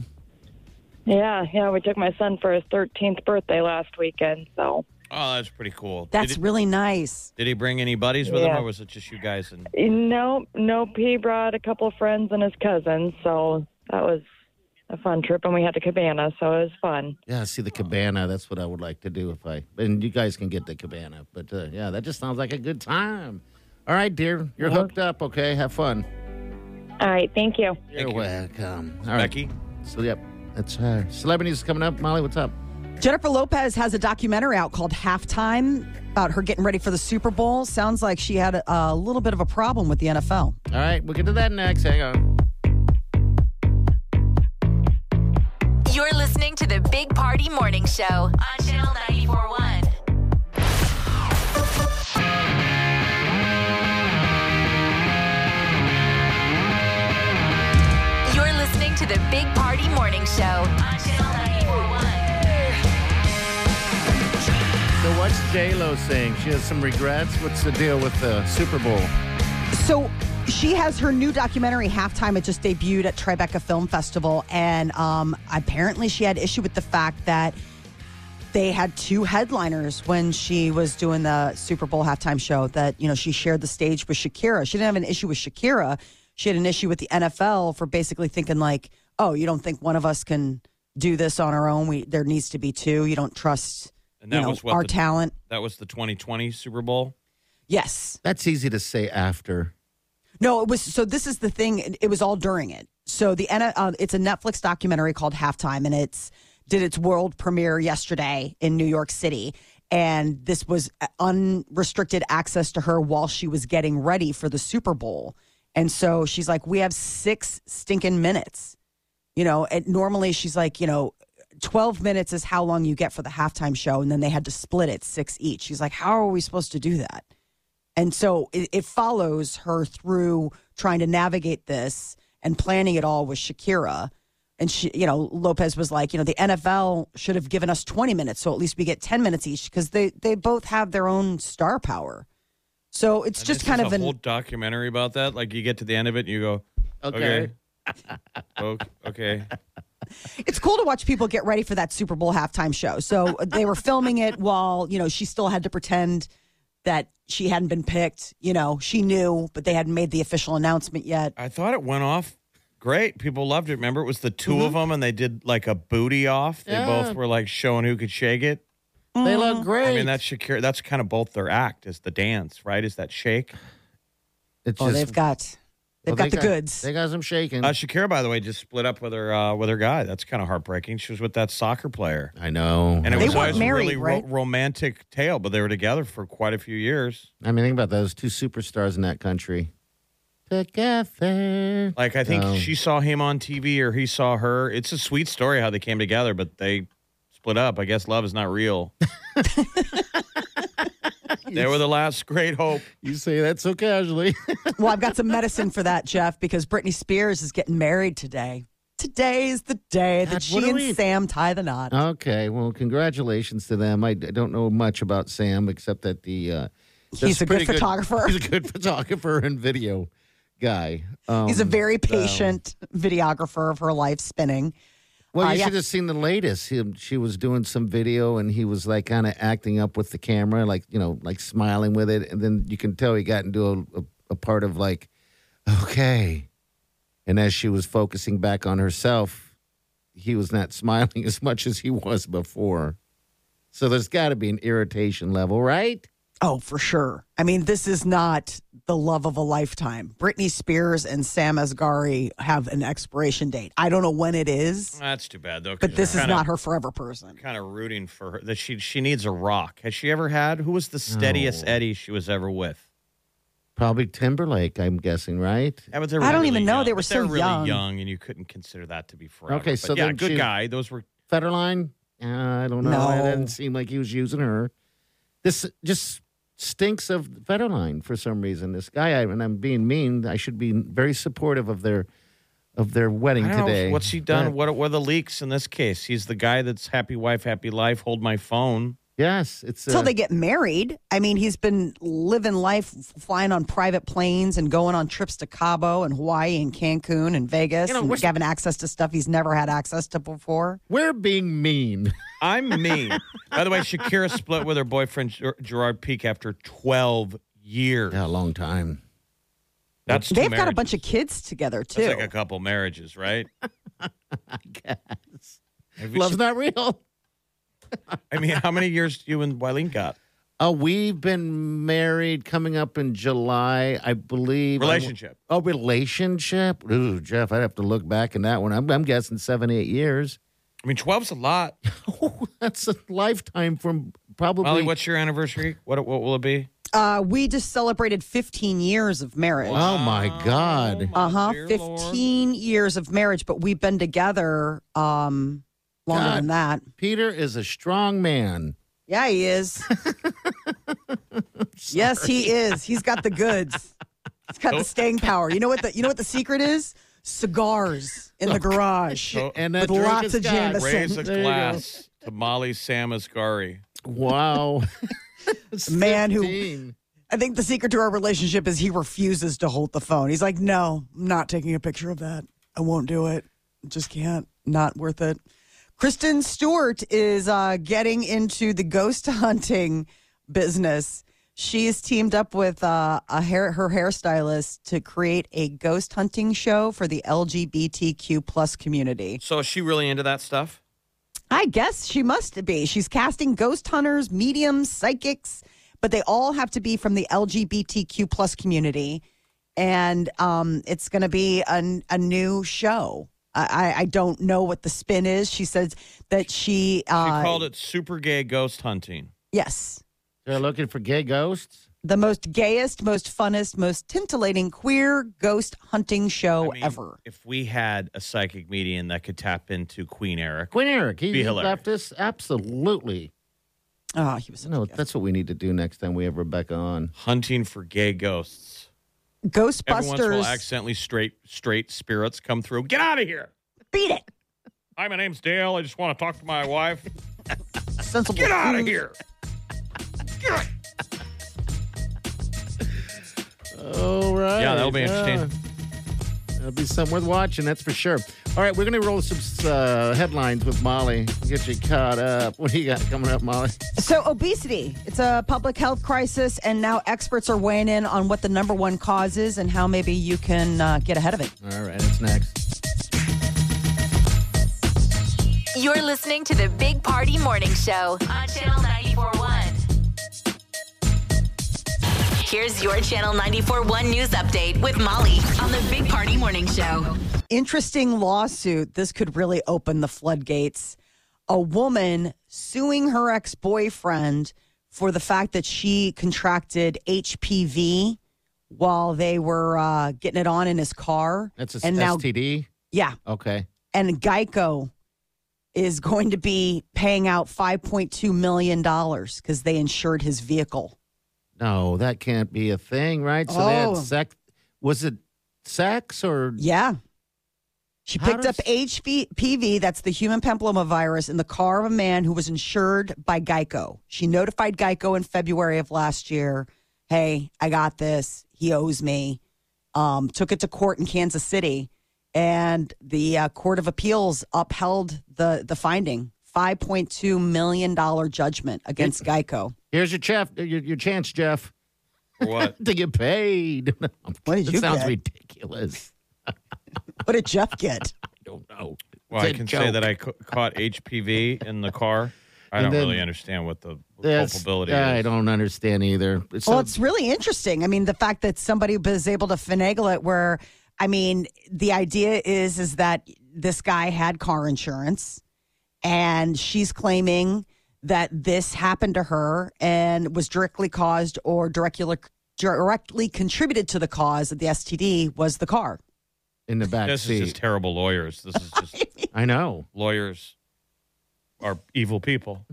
Speaker 6: yeah. Yeah. We took my son for his 13th birthday last weekend. So
Speaker 5: Oh, that's pretty cool.
Speaker 3: That's
Speaker 5: did, he,
Speaker 3: really nice.
Speaker 5: did he bring any buddies with him,
Speaker 6: Yeah.
Speaker 5: or was it just you guys? And
Speaker 6: nope. Nope. He brought a couple friends and his cousin. So that was a fun trip, and we had to Cabana. So it was fun.
Speaker 4: yeah. See the cabana. That's what I would like to do if I. And you guys can get the cabana, but uh, yeah, that just sounds like a good time. All right, dear, you're hooked up. Okay, have fun.
Speaker 6: All right. Thank you.
Speaker 4: You're welcome. All right.
Speaker 5: Becky,
Speaker 4: So yep, that's her. Celebrities coming up. Molly, what's up?
Speaker 3: Jennifer Lopez has a documentary out called Halftime about her getting ready for the Super Bowl. Sounds like she had a, a little bit of a problem with the NFL.
Speaker 4: All right, we'll get to that next. Hang on.
Speaker 2: You're listening to the Big Party Morning Show on Channel 941. You're listening to the Big Party Morning Show on Channel 941.
Speaker 4: So what's J Lo saying? She has some regrets. What's the deal with the Super Bowl?
Speaker 3: So she has her new documentary Halftime. It just debuted at Tribeca Film Festival, and um, apparently she had issue with the fact that they had two headliners when she was doing the Super Bowl halftime show. That you know she shared the stage with Shakira. She didn't have an issue with Shakira. She had an issue with the NFL for basically thinking like, oh, you don't think one of us can do this on our own? We there needs to be two. You don't trust
Speaker 5: And that
Speaker 3: you know,
Speaker 5: was what
Speaker 3: our
Speaker 5: the-
Speaker 3: talent.
Speaker 5: that was the 2020 Super Bowl.
Speaker 3: Yes.
Speaker 4: That's easy to say after.
Speaker 3: No, it was so. This is the thing. It, it was all during it. So the N- uh, it's a Netflix documentary called Halftime, and it's did its world premiere yesterday in New York City. And this was uh, unrestricted access to her while she was getting ready for the Super Bowl. And so she's like, "We have six stinking minutes." you know and normally she's like you know 12 minutes is how long you get for the halftime show and then they had to split it six each she's like how are we supposed to do that and so it, it follows her through trying to navigate this and planning it all with shakira and she you know lopez was like you know the nfl should have given us 20 minutes so at least we get 10 minutes each because they they both have their own star power so it's just
Speaker 5: This
Speaker 3: kind
Speaker 5: is
Speaker 3: of
Speaker 5: a
Speaker 3: an
Speaker 5: whole documentary about that. Like you get to the end of it and you go, okay,
Speaker 4: Okay.
Speaker 5: okay, okay.
Speaker 3: it's cool to watch people get ready for that Super Bowl halftime show. So they were filming it while, you know, she still had to pretend that she hadn't been picked. You know, she knew, but they hadn't made the official announcement yet.
Speaker 5: I thought it went off great. People loved it. Remember, it was the 2
Speaker 3: Mm-hmm.
Speaker 5: of them, and they did like a booty off. They both were like showing who could shake it.
Speaker 4: They look great.
Speaker 5: I mean, that's Shakira. That's kind of both their act is the dance, right? Is that shake?
Speaker 3: Mm-hmm.
Speaker 4: It's
Speaker 3: Oh,
Speaker 4: just-
Speaker 3: they've got they've
Speaker 4: well,
Speaker 3: got
Speaker 4: they
Speaker 3: the goods.
Speaker 4: They got some shaking.
Speaker 5: Uh, Shakira, by the way, just split up with her uh, with her guy. That's kind of heartbreaking. She was with that soccer player,
Speaker 4: I know.
Speaker 5: and it
Speaker 3: They weren't
Speaker 5: was always
Speaker 3: married,
Speaker 5: a really ro-
Speaker 3: right?
Speaker 5: romantic tale. But they were together for quite a few years.
Speaker 4: I mean, think about those two superstars in that country together.
Speaker 5: Like I think
Speaker 4: Um,
Speaker 5: she saw him on TV or he saw her. It's a sweet story how they came together, but they split up. I guess love is not real. they were the last great hope.
Speaker 4: You say that so casually.
Speaker 3: well, I've got some medicine for that, Jeff, because Britney Spears is getting married today. Today's the day that
Speaker 4: God,
Speaker 3: she
Speaker 4: what are
Speaker 3: and
Speaker 4: we-
Speaker 3: Sam tie the knot.
Speaker 4: okay, well, congratulations to them. I, I don't know much about Sam except that the uh,
Speaker 3: He's a good
Speaker 4: pretty
Speaker 3: photographer.
Speaker 4: he's a good photographer and video guy. Um,
Speaker 3: He's a very patient videographer of her life spinning.
Speaker 4: Well,
Speaker 3: Uh,
Speaker 4: you
Speaker 3: yeah.
Speaker 4: should have seen the latest. He, she was doing some video, and he was like kind of acting up with the camera, like you know, like smiling with it. And then you can tell he got into a, a, a part of like, okay. And as she was focusing back on herself, he was not smiling as much as he was before. So there's got to be an irritation level, right?
Speaker 3: Oh, for sure. I mean, this is not the love of a lifetime. Britney Spears and Sam Asghari have an expiration date. I don't know when it is,
Speaker 5: That's too bad though.
Speaker 3: but this is not her forever person.
Speaker 5: Kind of rooting for her that she she needs a rock. Has she ever had? Who was the steadiest Eddie she was ever with?
Speaker 4: Probably Timberlake, I'm guessing, right?
Speaker 5: Yeah, but they were
Speaker 3: I don't
Speaker 5: really
Speaker 3: even know.
Speaker 5: young.
Speaker 3: They were
Speaker 5: But
Speaker 3: so
Speaker 5: really
Speaker 3: young.
Speaker 5: and you couldn't consider that to be forever.
Speaker 4: Okay,
Speaker 5: But
Speaker 4: so
Speaker 5: yeah,
Speaker 4: then
Speaker 5: good
Speaker 4: she-
Speaker 5: guy. Those were
Speaker 4: Federline? Uh, I don't know. It
Speaker 3: No.
Speaker 4: didn't seem like he was using her. This just stinks of Federline for some reason. This guy, I, and I'm being mean. I should be very supportive of their of their wedding
Speaker 5: I don't know,
Speaker 4: today.
Speaker 5: what's he done?
Speaker 4: But-
Speaker 5: What what are the leaks in this case? He's the guy that's happy wife, happy life. Hold my phone.
Speaker 4: yes, it's
Speaker 3: Until
Speaker 4: uh,
Speaker 3: they get married. I mean, he's been living life f- flying on private planes and going on trips to Cabo and Hawaii and Cancun and Vegas
Speaker 4: You know, we're-
Speaker 3: and having access to stuff he's never had access to before.
Speaker 4: we're being mean.
Speaker 5: I'm mean. By the way, Shakira split with her boyfriend Ger- Gerard Peak after 12 years.
Speaker 4: yeah, a long time.
Speaker 5: That's two
Speaker 3: They've got a
Speaker 5: marriages.
Speaker 3: bunch of kids together, too.
Speaker 5: That's like a couple marriages, right? I guess.
Speaker 4: Love's not real.
Speaker 5: I mean, how many years do you and Wileen got?
Speaker 4: Uh, we've been married coming up in July, I believe.
Speaker 5: Relationship.
Speaker 4: Oh, relationship. Ooh, Jeff, I'd have to look back in that one. I'm, I'm guessing seven, eight years.
Speaker 5: I mean, 12's a lot.
Speaker 4: Oh, that's a lifetime from probably.
Speaker 5: Molly, what's your anniversary? What what will it be?
Speaker 3: Uh, we just celebrated 15 years of marriage.
Speaker 4: oh my God!
Speaker 3: Uh huh.
Speaker 5: dear Lord.
Speaker 3: Fifteen years of marriage, but we've been together um longer
Speaker 4: God.
Speaker 3: than that.
Speaker 4: Peter is a strong man.
Speaker 3: Yeah, he is. yes, he is. He's got the goods. He's got the staying power. You know what the you know what the secret is? Cigars in the garage.
Speaker 5: Oh,
Speaker 4: And
Speaker 3: With
Speaker 4: that drink
Speaker 3: lots
Speaker 4: is
Speaker 3: of
Speaker 4: God.
Speaker 3: Jameson.
Speaker 5: Raise a
Speaker 4: There you go.
Speaker 5: glass to Molly Sam Asghari.
Speaker 4: Wow.
Speaker 3: Man who-
Speaker 4: 15.
Speaker 3: I think the secret to our relationship is he refuses to hold the phone. He's like, "No, I'm not taking a picture of that. I won't do it. Just can't. Not worth it." Kristen Stewart is uh, getting into the ghost hunting business. She's teamed up with uh, a hair, her hairstylist to create a ghost hunting show for the LGBTQ plus community.
Speaker 5: So is she really into that stuff?
Speaker 3: I guess she must be. She's casting ghost hunters, mediums, psychics, but they all have to be from the LGBTQ plus community. and um, it's going to be an, a new show. I, I- I don't know what the spin is. She says that she,
Speaker 5: She
Speaker 3: uh,
Speaker 5: called it super gay ghost hunting.
Speaker 3: yes,
Speaker 4: They're looking for gay ghosts.
Speaker 3: the most gayest, most funnest, most tintillating queer ghost hunting show
Speaker 5: I mean,
Speaker 3: ever.
Speaker 5: If we had a psychic medium that could tap into Queen Eric,
Speaker 4: Quinn Eric, he
Speaker 5: Be
Speaker 4: he
Speaker 5: hilarious.
Speaker 4: left us absolutely.
Speaker 3: Oh, he was
Speaker 4: No, that's what we need to do next time we have Rebecca on.
Speaker 5: hunting for gay ghosts. Every once in a while,
Speaker 3: Ghostbusters.
Speaker 5: accidentally straight straight spirits come through. Get out of here.
Speaker 3: Beat it.
Speaker 5: Hi, my name's Dale. I just want to talk to my wife.
Speaker 4: Sensible.
Speaker 5: Get out of here.
Speaker 4: All right.
Speaker 5: Yeah, that'll be interesting.
Speaker 4: That'll be something worth watching, that's for sure. All right, we're going to roll some uh, headlines with Molly. Get you caught up. What do you got coming up, Molly?
Speaker 3: So, obesity, it's a public health crisis, and now experts are weighing in on what the number one cause is and how maybe you can uh, get ahead of it.
Speaker 4: All right, it's next.
Speaker 2: You're listening to the Big Party Morning Show on Channel 941. Here's your Channel 941 news update with Molly on the Big Party Morning Show.
Speaker 3: Interesting lawsuit. This could really open the floodgates. A woman suing her ex boyfriend for the fact that she contracted HPV while they were uh, getting it on in his car.
Speaker 4: That's a
Speaker 3: and now,
Speaker 4: STD.
Speaker 3: yeah,
Speaker 4: Okay.
Speaker 3: and Geico is going to be paying out 5.2 million dollars because they insured his vehicle.
Speaker 4: No, that can't be a thing, right? So they
Speaker 3: Oh.
Speaker 4: had sex. Was it sex or
Speaker 3: Yeah. She
Speaker 4: How
Speaker 3: picked
Speaker 4: does-
Speaker 3: up HPV, that's the human papillomavirus, in the car of a man who was insured by Geico. She notified Geico in February of last year hey, I got this. He owes me. Um, took it to court in Kansas City, and the uh, Court of Appeals upheld the, the finding $5.2 million judgment against Geico.
Speaker 4: here's your, chef, uh, your, your chance, Jeff?
Speaker 5: For what?
Speaker 4: to get paid.
Speaker 3: What did
Speaker 4: That
Speaker 3: you
Speaker 4: sounds
Speaker 3: get?
Speaker 4: ridiculous.
Speaker 3: What did Jeff get?
Speaker 4: I don't know.
Speaker 5: Well,
Speaker 4: It's
Speaker 5: I
Speaker 4: a
Speaker 5: can say
Speaker 4: joke.
Speaker 5: that I ca- caught HPV in the car. I
Speaker 4: And
Speaker 5: don't
Speaker 4: then-
Speaker 5: really understand what the
Speaker 4: That's-
Speaker 5: culpability
Speaker 4: I
Speaker 5: is.
Speaker 4: don't understand either. So,
Speaker 3: well, it's really interesting. I mean, the fact that somebody was able to finagle it, where I mean, the idea is is that this guy had car insurance, and she's claiming that this happened to her and was directly caused or directly directly contributed to the cause of the STD was the car.
Speaker 4: in the back
Speaker 5: This is
Speaker 4: seat.
Speaker 5: just terrible lawyers. This is just
Speaker 4: I know.
Speaker 5: lawyers are evil people.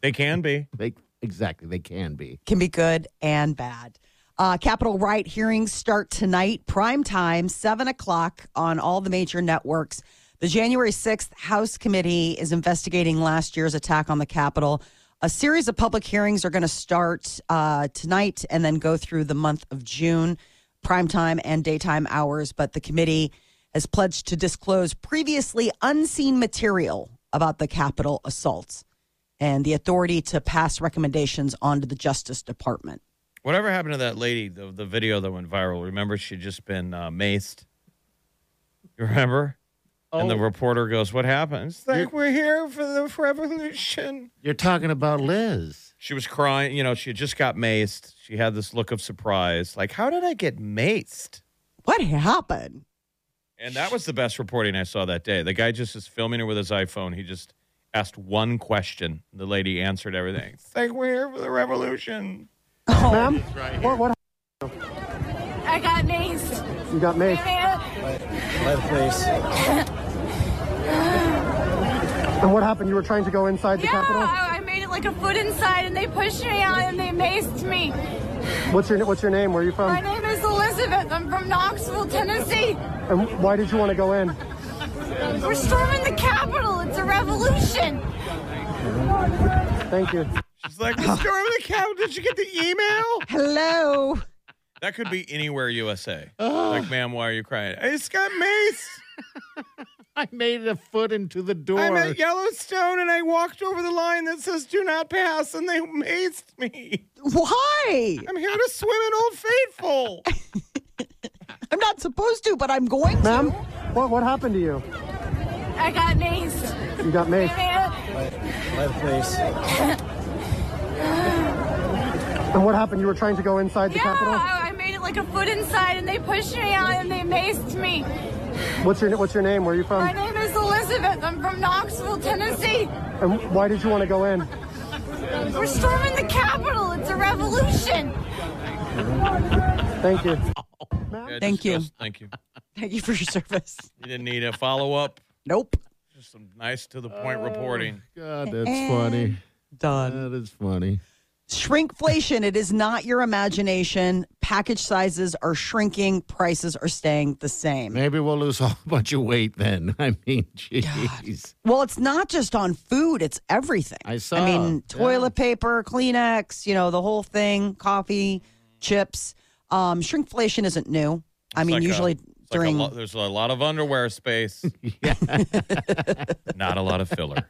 Speaker 5: They can be.
Speaker 4: They exactly they can be.
Speaker 3: can be good and bad. Uh, Capital Right hearings start tonight, prime time, 7 o'clock on all the major networks. The January 6th House Committee is investigating last year's attack on the Capitol. A series of public hearings are going to start uh, tonight and then go through the month of June, prime time and daytime hours. But the committee has pledged to disclose previously unseen material about the Capitol assaults and the authority to pass recommendations on to the Justice Department.
Speaker 5: Whatever happened to that lady, the, the video that went viral? Remember, she'd just been uh, maced. You remember? And the
Speaker 4: Oh.
Speaker 5: reporter goes, What happened? It's like, we're here for the revolution.
Speaker 4: You're talking about Liz.
Speaker 5: She was crying. You know, she had just got maced. She had this look of surprise. Like, how did I get maced?
Speaker 3: What happened?
Speaker 5: And that was the best reporting I saw that day. The guy just is filming her with his iPhone. He just asked one question. The lady answered everything. It's like, we're here for the revolution.
Speaker 7: I got maced.
Speaker 8: You got me. Left, please. and what happened? You were trying to go inside the
Speaker 7: Yeah,
Speaker 8: Capitol?
Speaker 7: I I made it like a foot inside, and they pushed me out, and they maced me.
Speaker 8: What's your What's your name? Where are you
Speaker 7: My
Speaker 8: from?
Speaker 7: name is Elizabeth. I'm from Knoxville, Tennessee.
Speaker 8: And why did you want to go in?
Speaker 7: We're storming the Capitol. It's a revolution.
Speaker 8: Thank you.
Speaker 5: She's like, the storm of the Capitol. Did you get the email?
Speaker 3: Hello.
Speaker 5: That could be anywhere USA. Like, ma'am, why are you crying? I just got maced.
Speaker 4: I made a foot into the door.
Speaker 5: I'm at Yellowstone and I walked over the line that says do not pass and they maced me.
Speaker 3: Why?
Speaker 5: I'm here to swim in Old Faithful.
Speaker 3: I'm not supposed to, but I'm going to.
Speaker 8: Ma'am, what What happened to you?
Speaker 7: I got maced.
Speaker 8: You got me.
Speaker 7: I
Speaker 8: Left, please. and what happened? You were trying to go inside the
Speaker 7: yeah,
Speaker 8: Capitol?
Speaker 7: I I made it like a foot inside, and they pushed me out and they maced me.
Speaker 8: What's your What's your name? Where are you
Speaker 7: My
Speaker 8: from?
Speaker 7: name is Elizabeth. I'm from Knoxville, Tennessee.
Speaker 8: And why did you want to go in?
Speaker 7: We're storming the Capitol. It's a revolution.
Speaker 8: Thank you.
Speaker 5: Yeah,
Speaker 3: Thank
Speaker 5: just-
Speaker 3: you.
Speaker 5: just Thank you.
Speaker 3: Thank you for your service.
Speaker 5: You didn't need a follow up.
Speaker 3: nope.
Speaker 5: Just some nice to the point reporting.
Speaker 4: God, that's funny.
Speaker 3: Done.
Speaker 4: That is funny.
Speaker 3: Shrinkflation. It is not your imagination. Package sizes are shrinking. Prices are staying the same.
Speaker 4: Maybe we'll lose a whole bunch of weight then. I mean, jeez.
Speaker 3: Well, it's not just on food, it's everything.
Speaker 4: I saw,
Speaker 3: I mean,
Speaker 4: yeah.
Speaker 3: toilet paper, Kleenex, you know, the whole thing, coffee, chips. Um, shrinkflation isn't new. I mean,
Speaker 5: like a-
Speaker 3: usually
Speaker 5: It's like a
Speaker 3: during.
Speaker 5: lo- there's a lot of underwear space. Not a lot of filler.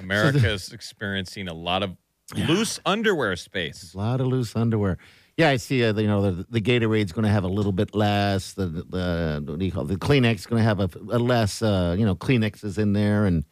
Speaker 5: America is experiencing a lot of loose underwear space.
Speaker 4: A lot of loose underwear. Yeah, I see. Uh, you know, the, the Gatorade's going to have a little bit less. The the what do you call it? the Kleenex going to have a, a less. Uh, you know, Kleenexes in there and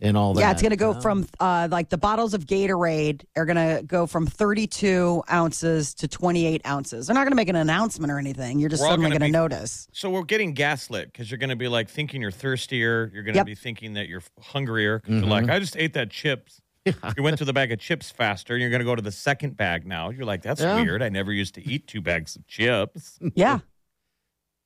Speaker 4: and all that.
Speaker 3: Yeah, it's going to go from uh, like the bottles of Gatorade are going to go from 32 ounces to 28 ounces. They're not going to make an announcement or anything. You're just
Speaker 5: We're all
Speaker 3: suddenly
Speaker 5: gonna
Speaker 3: going to
Speaker 5: be-
Speaker 3: notice.
Speaker 5: So we're getting gaslit because you're going to be like thinking you're thirstier. You're going to
Speaker 3: Yep. Mm-hmm.
Speaker 5: be thinking that you're hungrier. 'cause You're like, I just ate that chips. you went to the bag of chips faster. You're going to go to the second bag now. You're like, that's
Speaker 4: Yeah.
Speaker 5: weird. I never used to eat two bags of chips.
Speaker 3: Yeah.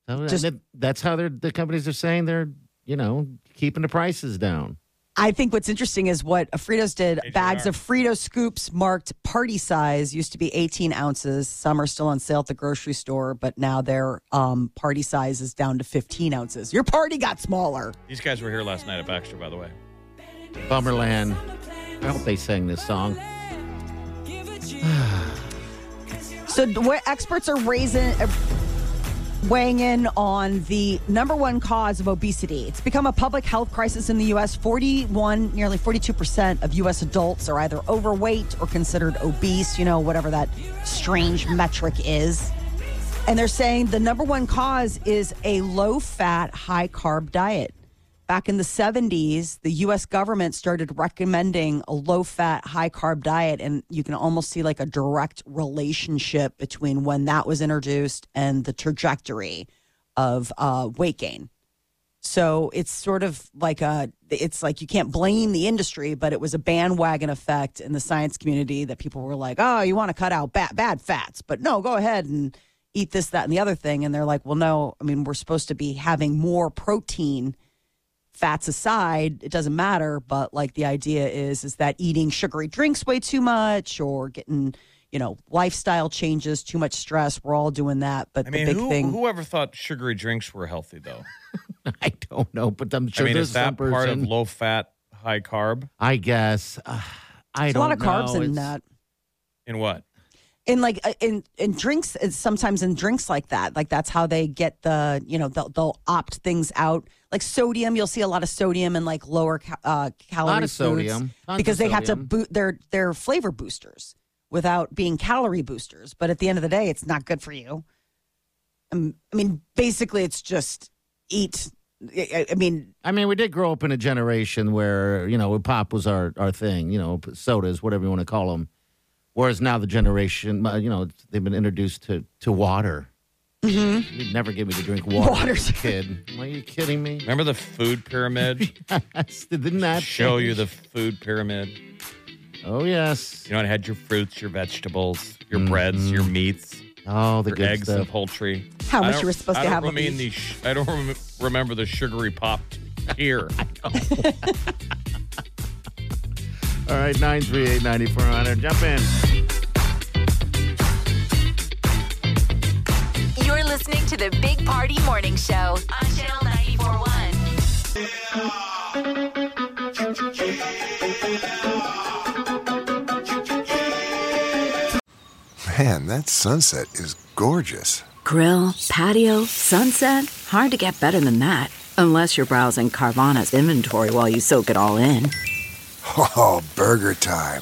Speaker 4: So
Speaker 3: just-
Speaker 4: that- that's how they're, the companies are saying they're you know keeping the prices down.
Speaker 3: I think what's interesting is what Fritos did.
Speaker 5: sure
Speaker 3: Bags
Speaker 5: are.
Speaker 3: of Frito scoops marked party size used to be 18 ounces. Some are still on sale at the grocery store, but now their um, party size is down to 15 ounces. Your party got smaller.
Speaker 5: These guys were here last night at Baxter, by the way.
Speaker 4: Bummerland. I hope they sang this song.
Speaker 3: So, d- what experts are raising, uh, weighing in on the number one cause of obesity. It's become a public health crisis in the U.S. 41, nearly 42% of U.S. adults are either overweight or considered obese, you know, whatever that strange metric is. And they're saying the number one cause is a low fat, high carb diet. Back in the 70s, the US government started recommending a low fat, high carb diet. And you can almost see like a direct relationship between when that was introduced and the trajectory of uh, weight gain. So it's sort of like a, it's like you can't blame the industry, but it was a bandwagon effect in the science community that people were like, oh, you want to cut out bad, bad fats, but no, go ahead and eat this, that, and the other thing. And they're like, well, no, I mean, we're supposed to be having more protein. Fats aside, it doesn't matter. But like the idea is, is that eating sugary drinks way too much or getting, you know, lifestyle changes, too much stress. We're all doing that. But
Speaker 5: I
Speaker 3: the
Speaker 5: mean,
Speaker 3: big
Speaker 5: who,
Speaker 3: thing.
Speaker 5: whoever thought sugary drinks were healthy, though?
Speaker 4: I don't know, but I'm sure
Speaker 5: I mean,
Speaker 4: there's
Speaker 5: is that
Speaker 4: some person.
Speaker 5: part of low fat, high carb?
Speaker 4: I guess. Uh, I
Speaker 3: there's a
Speaker 4: don't
Speaker 3: lot of carbs
Speaker 4: know.
Speaker 3: in
Speaker 4: It's-
Speaker 3: that.
Speaker 5: In what?
Speaker 3: in like uh, in in drinks it's sometimes in drinks like that like that's how they get the you know they'll, they'll opt things out like sodium you'll see a lot of sodium and like lower ca- uh calorie
Speaker 4: Lot of
Speaker 3: foods
Speaker 4: sodium. Tons
Speaker 3: because
Speaker 4: of
Speaker 3: they have to
Speaker 4: sodium.
Speaker 3: boot their their flavor boosters without being calorie boosters but at the end of the day it's not good for you um, i mean basically it's just eat I, I- I mean
Speaker 4: I mean, we did grow up in a generation where you know pop was our our thing. You know, sodas, whatever you want to call them. Whereas now the generation, uh, you know, they've been introduced to to water. Mm-hmm. You'd never give me to drink water, as a kid. Are you kidding me?
Speaker 5: Remember the food pyramid?
Speaker 4: Didn't that
Speaker 5: Show you the food pyramid.
Speaker 4: Oh yes.
Speaker 5: You know, it had your fruits, your vegetables, your breads,
Speaker 3: Mm-hmm.
Speaker 5: your meats,
Speaker 4: Oh, the
Speaker 5: your
Speaker 4: good
Speaker 5: eggs and
Speaker 4: stuff.
Speaker 5: poultry.
Speaker 3: How
Speaker 5: I
Speaker 3: much
Speaker 5: don't-
Speaker 3: you were supposed
Speaker 5: I
Speaker 3: to
Speaker 5: don't
Speaker 3: have of
Speaker 5: remain
Speaker 3: each.
Speaker 5: the sh- I don't rem- remember the sugary pop here.
Speaker 4: All right, nine three eight ninety four hundred. Jump in.
Speaker 2: You're listening to the Big Party Morning Show on Channel 941.
Speaker 9: Man, that sunset is gorgeous.
Speaker 10: Grill, patio, sunset. Hard to get better than that. Unless you're browsing Carvana's inventory while you soak it all in.
Speaker 9: Oh, burger time.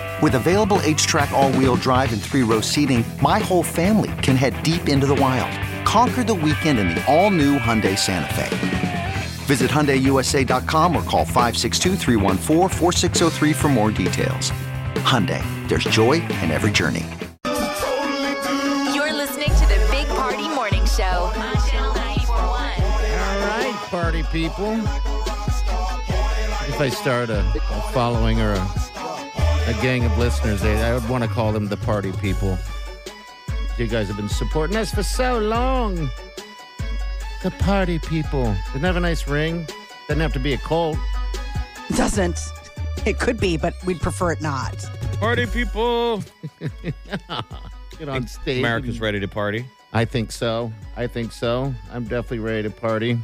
Speaker 11: With available H track, all wheel drive, and three row seating, my whole family can head deep into the wild. Conquer the weekend in the all new Hyundai Santa Fe. Visit HyundaiUSA.com or call 562-314-4603 for more details. Hyundai, there's joy in every journey.
Speaker 2: You're listening to the Big Party Morning Show on Channel 941.
Speaker 4: All right, party people. If I start a, a following or a, a gang of listeners, I, I would want to call them the party people. You guys have been supporting us for so long. The party people. Doesn't have a nice ring. Doesn't have to be a cult.
Speaker 3: Doesn't. It could be, but we'd prefer it not.
Speaker 5: Party people.
Speaker 4: Get on stage.
Speaker 5: America's ready to party.
Speaker 4: I think so. I think so. I'm definitely ready to party. I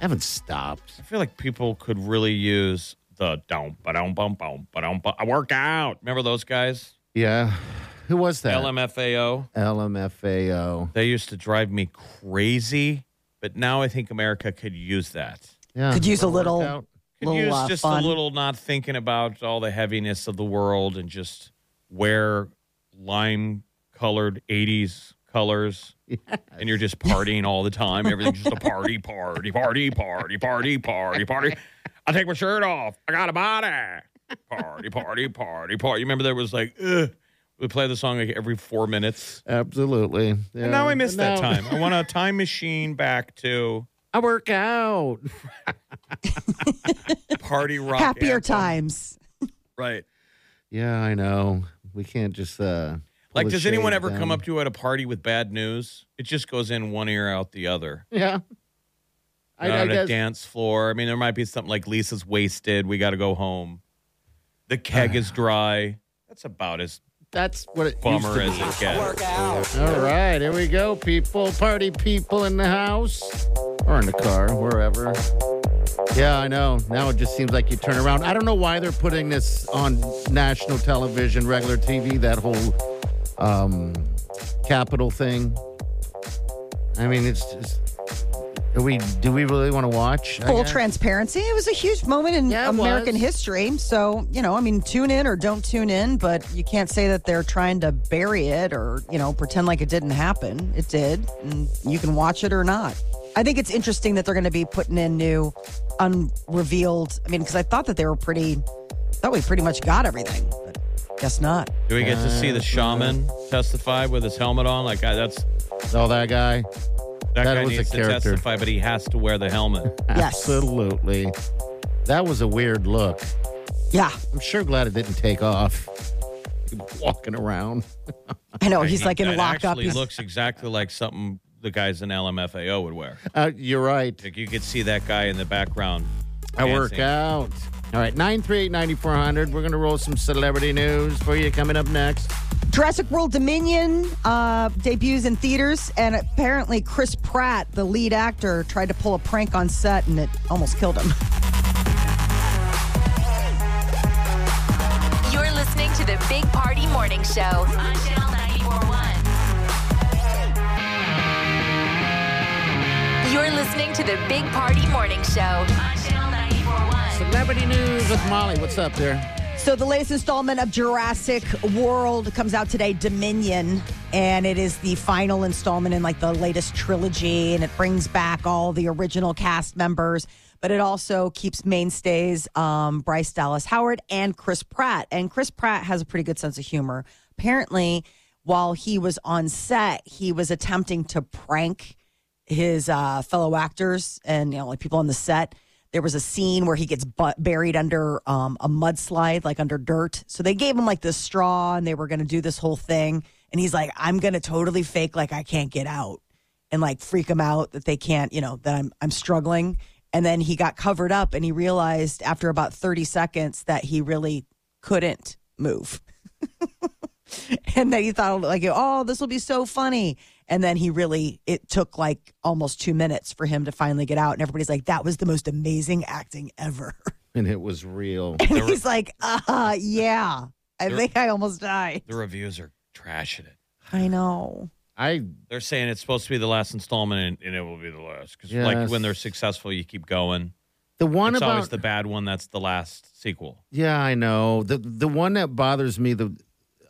Speaker 4: haven't stopped.
Speaker 5: I feel like people could really use the don't ba don't bum bum ba don't I work out. Remember those guys?
Speaker 4: Yeah. Who was that?
Speaker 5: LMFAO.
Speaker 4: LMFAO.
Speaker 5: They used to drive me crazy, but now I think America could use that.
Speaker 4: Yeah.
Speaker 3: Could use a little-
Speaker 4: workout.
Speaker 5: could
Speaker 3: Little,
Speaker 5: use
Speaker 3: uh,
Speaker 5: just
Speaker 3: fun.
Speaker 5: a little not thinking about all the heaviness of the world and just wear lime colored 80s colors and you're just partying all the time everything's just a party party party party party party party i take my shirt off i got a body party party party party you remember there was like Ugh. we play the song like every four minutes
Speaker 4: Absolutely.
Speaker 5: and now i miss
Speaker 4: missed
Speaker 5: that time i want a time machine back to
Speaker 4: I work out.
Speaker 5: party rock
Speaker 3: Happier
Speaker 5: anthem.
Speaker 3: times.
Speaker 5: right
Speaker 4: Yeah, I know. We can't just uh pull
Speaker 5: Like,
Speaker 4: the
Speaker 5: does anyone
Speaker 4: shade
Speaker 5: ever come
Speaker 4: down.
Speaker 5: up to you at a party with bad news? It just goes in one ear out the other.
Speaker 4: Yeah. I,
Speaker 5: Not
Speaker 4: I
Speaker 5: on a
Speaker 4: guess
Speaker 5: dance floor. I mean, there might be something like Lisa's wasted. We got to go home. The keg is dry. That's about as
Speaker 4: that's what it used
Speaker 5: bummer
Speaker 4: to
Speaker 5: as it gets.
Speaker 4: be. All right, here we go, people. Party people in the house or in the car, wherever. Yeah, I know. Now it just seems like you turn around. I don't know why they're putting this on national television, regular TV, that whole um capital thing. I mean, it's just do we do we really want to watch? I
Speaker 3: Full
Speaker 4: guess?
Speaker 3: transparency. It was a huge moment in
Speaker 4: Yeah, it
Speaker 3: American
Speaker 4: was.
Speaker 3: history. So, you know, I mean, tune in or don't tune in, but you can't say that they're trying to bury it or, you know, pretend like it didn't happen. It did. And you can watch it or not. I think it's interesting that they're going to be putting in new unrevealed. I mean, because I thought that they were pretty, thought we pretty much got everything, but guess not.
Speaker 5: Do we get to
Speaker 4: Uh,
Speaker 5: see the shaman testify with his helmet on? Like, I, that's
Speaker 4: Oh, that guy.
Speaker 5: that,
Speaker 4: That
Speaker 5: guy
Speaker 4: was a
Speaker 5: needs to
Speaker 4: character.
Speaker 5: testify, but he has to wear the helmet.
Speaker 3: Yes.
Speaker 4: Absolutely. That was a weird look.
Speaker 3: Yeah.
Speaker 4: I'm sure glad it didn't take off. Walking around.
Speaker 3: I know. He's like in
Speaker 5: That
Speaker 3: lockup.
Speaker 5: Actually,
Speaker 3: He's,
Speaker 5: looks exactly like something the guys in LMFAO would wear.
Speaker 4: Uh, you're right.
Speaker 5: Like you could see that guy in the background.
Speaker 4: I work
Speaker 5: dancing.
Speaker 4: out. All right, 938 9400. We're going to roll some celebrity news for you coming up next.
Speaker 3: Jurassic World Dominion uh, debuts in theaters, and apparently Chris Pratt, the lead actor, tried to pull a prank on set, and it almost killed him.
Speaker 2: You're listening to the Big Party Morning Show on Channel 941. You're listening to the Big Party Morning Show on Channel 941.
Speaker 4: Celebrity news with Molly. What's up there?
Speaker 3: So the latest installment of Jurassic World comes out today, Dominion, and it is the final installment in like the latest trilogy, and it brings back all the original cast members, but it also keeps mainstays um, Bryce Dallas Howard and Chris Pratt. And Chris Pratt has a pretty good sense of humor. Apparently, while he was on set, he was attempting to prank his uh, fellow actors and you know like people on the set. There was a scene where he gets bu- buried under um, a mudslide, like under dirt. So they gave him like this straw, and they were going to do this whole thing. And he's like, "I'm going to totally fake like I can't get out, and like freak them out that they can't, you know, that I'm I'm struggling." And then he got covered up, and he realized after about 30 seconds that he really couldn't move and then he thought like oh this will be so funny and then he really it took like almost two minutes for him to finally get out and everybody's like that was the most amazing acting ever
Speaker 4: And it was real.
Speaker 3: and he's like uh yeah i think i almost died
Speaker 5: The reviews are trashing it.
Speaker 3: I know.
Speaker 4: I
Speaker 5: they're saying it's supposed to be the last installment and, and it will be the last because
Speaker 4: Yes.
Speaker 5: like when they're successful, you keep going.
Speaker 4: The one
Speaker 5: it's always
Speaker 4: about-
Speaker 5: the bad one. That's the last sequel.
Speaker 4: Yeah, I know. The the one that bothers me the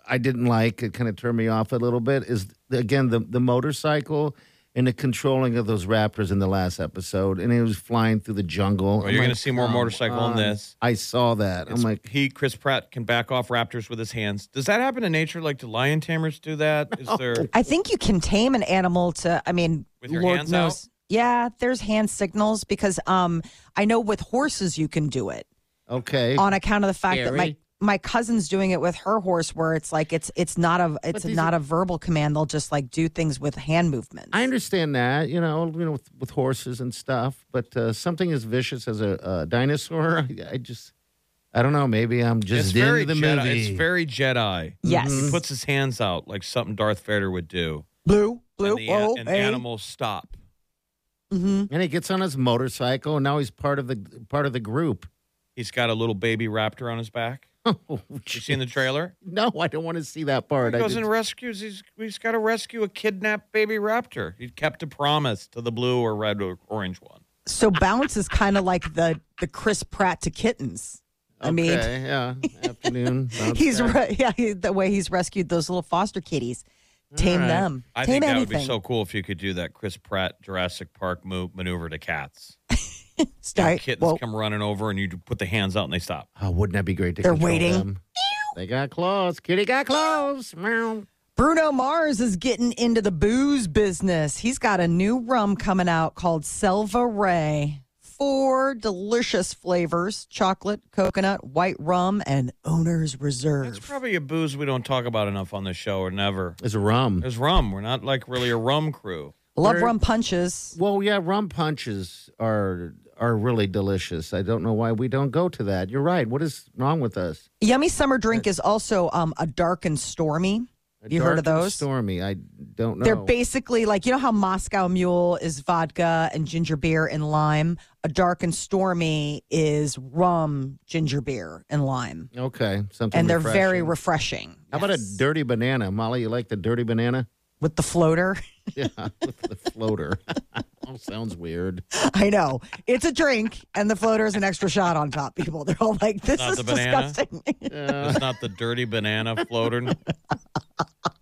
Speaker 4: I didn't like it kind of turned me off a little bit is again the the motorcycle and the controlling of those raptors in the last episode and it was flying through the jungle.
Speaker 5: Well,
Speaker 4: I'm
Speaker 5: Oh, you're
Speaker 4: like,
Speaker 5: gonna see more
Speaker 4: "Come
Speaker 5: motorcycle in
Speaker 4: on."
Speaker 5: this.
Speaker 4: I saw that. I'm
Speaker 5: It's-
Speaker 4: like
Speaker 5: he Chris Pratt can back off raptors with his hands. Does that happen in nature? Like do lion tamers do that? Is there?
Speaker 3: I think you can tame an animal to. I mean,
Speaker 5: With your
Speaker 3: Lord
Speaker 5: hands
Speaker 3: knows. Yeah, there's hand signals because um, I know with horses you can do it
Speaker 4: okay.
Speaker 3: on account of the fact that my
Speaker 4: Scary.
Speaker 3: my cousin's doing it with her horse, where it's like it's it's not a it's
Speaker 4: these
Speaker 3: not a verbal command. They'll just like do things with hand movements.
Speaker 4: I understand that, you know, you know, with, with horses and stuff, but uh, something as vicious as a, a dinosaur, I, I just, I don't know. Maybe I'm just
Speaker 5: it's
Speaker 4: into
Speaker 5: very
Speaker 4: the
Speaker 5: Jedi.
Speaker 4: movie.
Speaker 5: It's very Jedi.
Speaker 4: Mm-hmm.
Speaker 3: Yes.
Speaker 5: He puts his hands out like something Darth Vader would do.
Speaker 3: Blue,
Speaker 5: And
Speaker 3: blue,
Speaker 5: the
Speaker 3: oh,
Speaker 5: an- and the animals stop.
Speaker 3: hmm
Speaker 4: and he gets on his motorcycle, and now he's part of the part of the group.
Speaker 5: He's got a little baby raptor on his back.
Speaker 4: Oh,
Speaker 5: You seen the trailer?
Speaker 4: No, I don't want to see that part.
Speaker 5: He
Speaker 4: I
Speaker 5: goes
Speaker 4: just-
Speaker 5: and rescues. He's he's got to rescue a kidnapped baby raptor. He kept a promise to the blue or red or orange one.
Speaker 3: So bounce is kind of like the the Chris Pratt to kittens. I mean,
Speaker 4: Okay, yeah, afternoon. bounce
Speaker 3: he's
Speaker 4: back.
Speaker 3: re- yeah he, the way he's rescued those little foster kitties, tame
Speaker 5: All right.
Speaker 3: them,
Speaker 5: I
Speaker 3: tame
Speaker 5: think that
Speaker 3: anything.
Speaker 5: would be so cool if you could do that Chris Pratt Jurassic Park move, maneuver to cats.
Speaker 3: Start-
Speaker 5: Kittens
Speaker 3: well,
Speaker 5: come running over and you put the hands out and they stop.
Speaker 4: Oh, wouldn't that be great to
Speaker 3: They're
Speaker 4: control
Speaker 3: waiting.
Speaker 4: them? They got close. Kitty got close. Meow.
Speaker 3: Bruno Mars is getting into the booze business. He's got a new rum coming out called Selva Ray. Four delicious flavors chocolate, coconut, white rum, and owner's reserve.
Speaker 5: That's probably a booze we don't talk about enough on the show or never.
Speaker 4: It's rum.
Speaker 5: There's rum. We're not like really a rum crew.
Speaker 3: Love
Speaker 4: Where-
Speaker 3: rum punches.
Speaker 4: Well, yeah, rum punches are are really delicious. I don't know why we don't go to that. You're right. What is wrong with us?
Speaker 3: Yummy Summer Drink is also um, a dark and stormy. You heard of
Speaker 4: Dark and
Speaker 3: those?
Speaker 4: Stormy. I don't know.
Speaker 3: They're basically like you know how Moscow Mule is vodka and ginger beer and lime. A dark and stormy is rum, ginger beer, and lime,
Speaker 4: okay. Something.
Speaker 3: and they're very
Speaker 4: refreshing.
Speaker 3: refreshing.
Speaker 4: How about a dirty banana, Molly? You like the dirty banana?
Speaker 3: with the floater?
Speaker 4: Yeah, with the floater. oh, sounds weird.
Speaker 3: I know it's a drink, and the floater is an extra shot on top. People, they're all like, "This
Speaker 5: Not
Speaker 3: is
Speaker 5: the banana.
Speaker 3: disgusting."
Speaker 4: Yeah.
Speaker 5: It's not the dirty banana floating.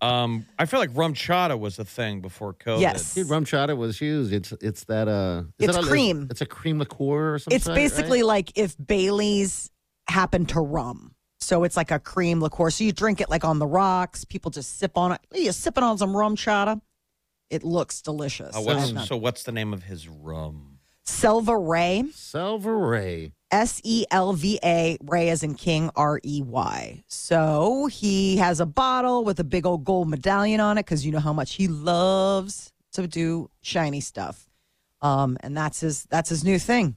Speaker 5: um, I feel like rum chata was a thing before COVID.
Speaker 3: Yes.
Speaker 4: Dude, rum chata was huge. It's it's that uh, is
Speaker 3: It's
Speaker 4: that a-
Speaker 3: cream.
Speaker 4: it's a cream liqueur or something.
Speaker 3: it's basically like if Bailey's happened to rum. So it's like a cream liqueur. So you drink it like on the rocks. People just sip on it. You're sipping on some rum chata. It looks delicious.
Speaker 5: Uh, what's, so what's the name of his rum?
Speaker 3: Selva Ray,
Speaker 4: Silver Ray.
Speaker 3: S E L V A, Ray as in King, R E Y. So he has a bottle with a big old gold medallion on it because you know how much he loves to do shiny stuff. Um, and that's his that's his new thing.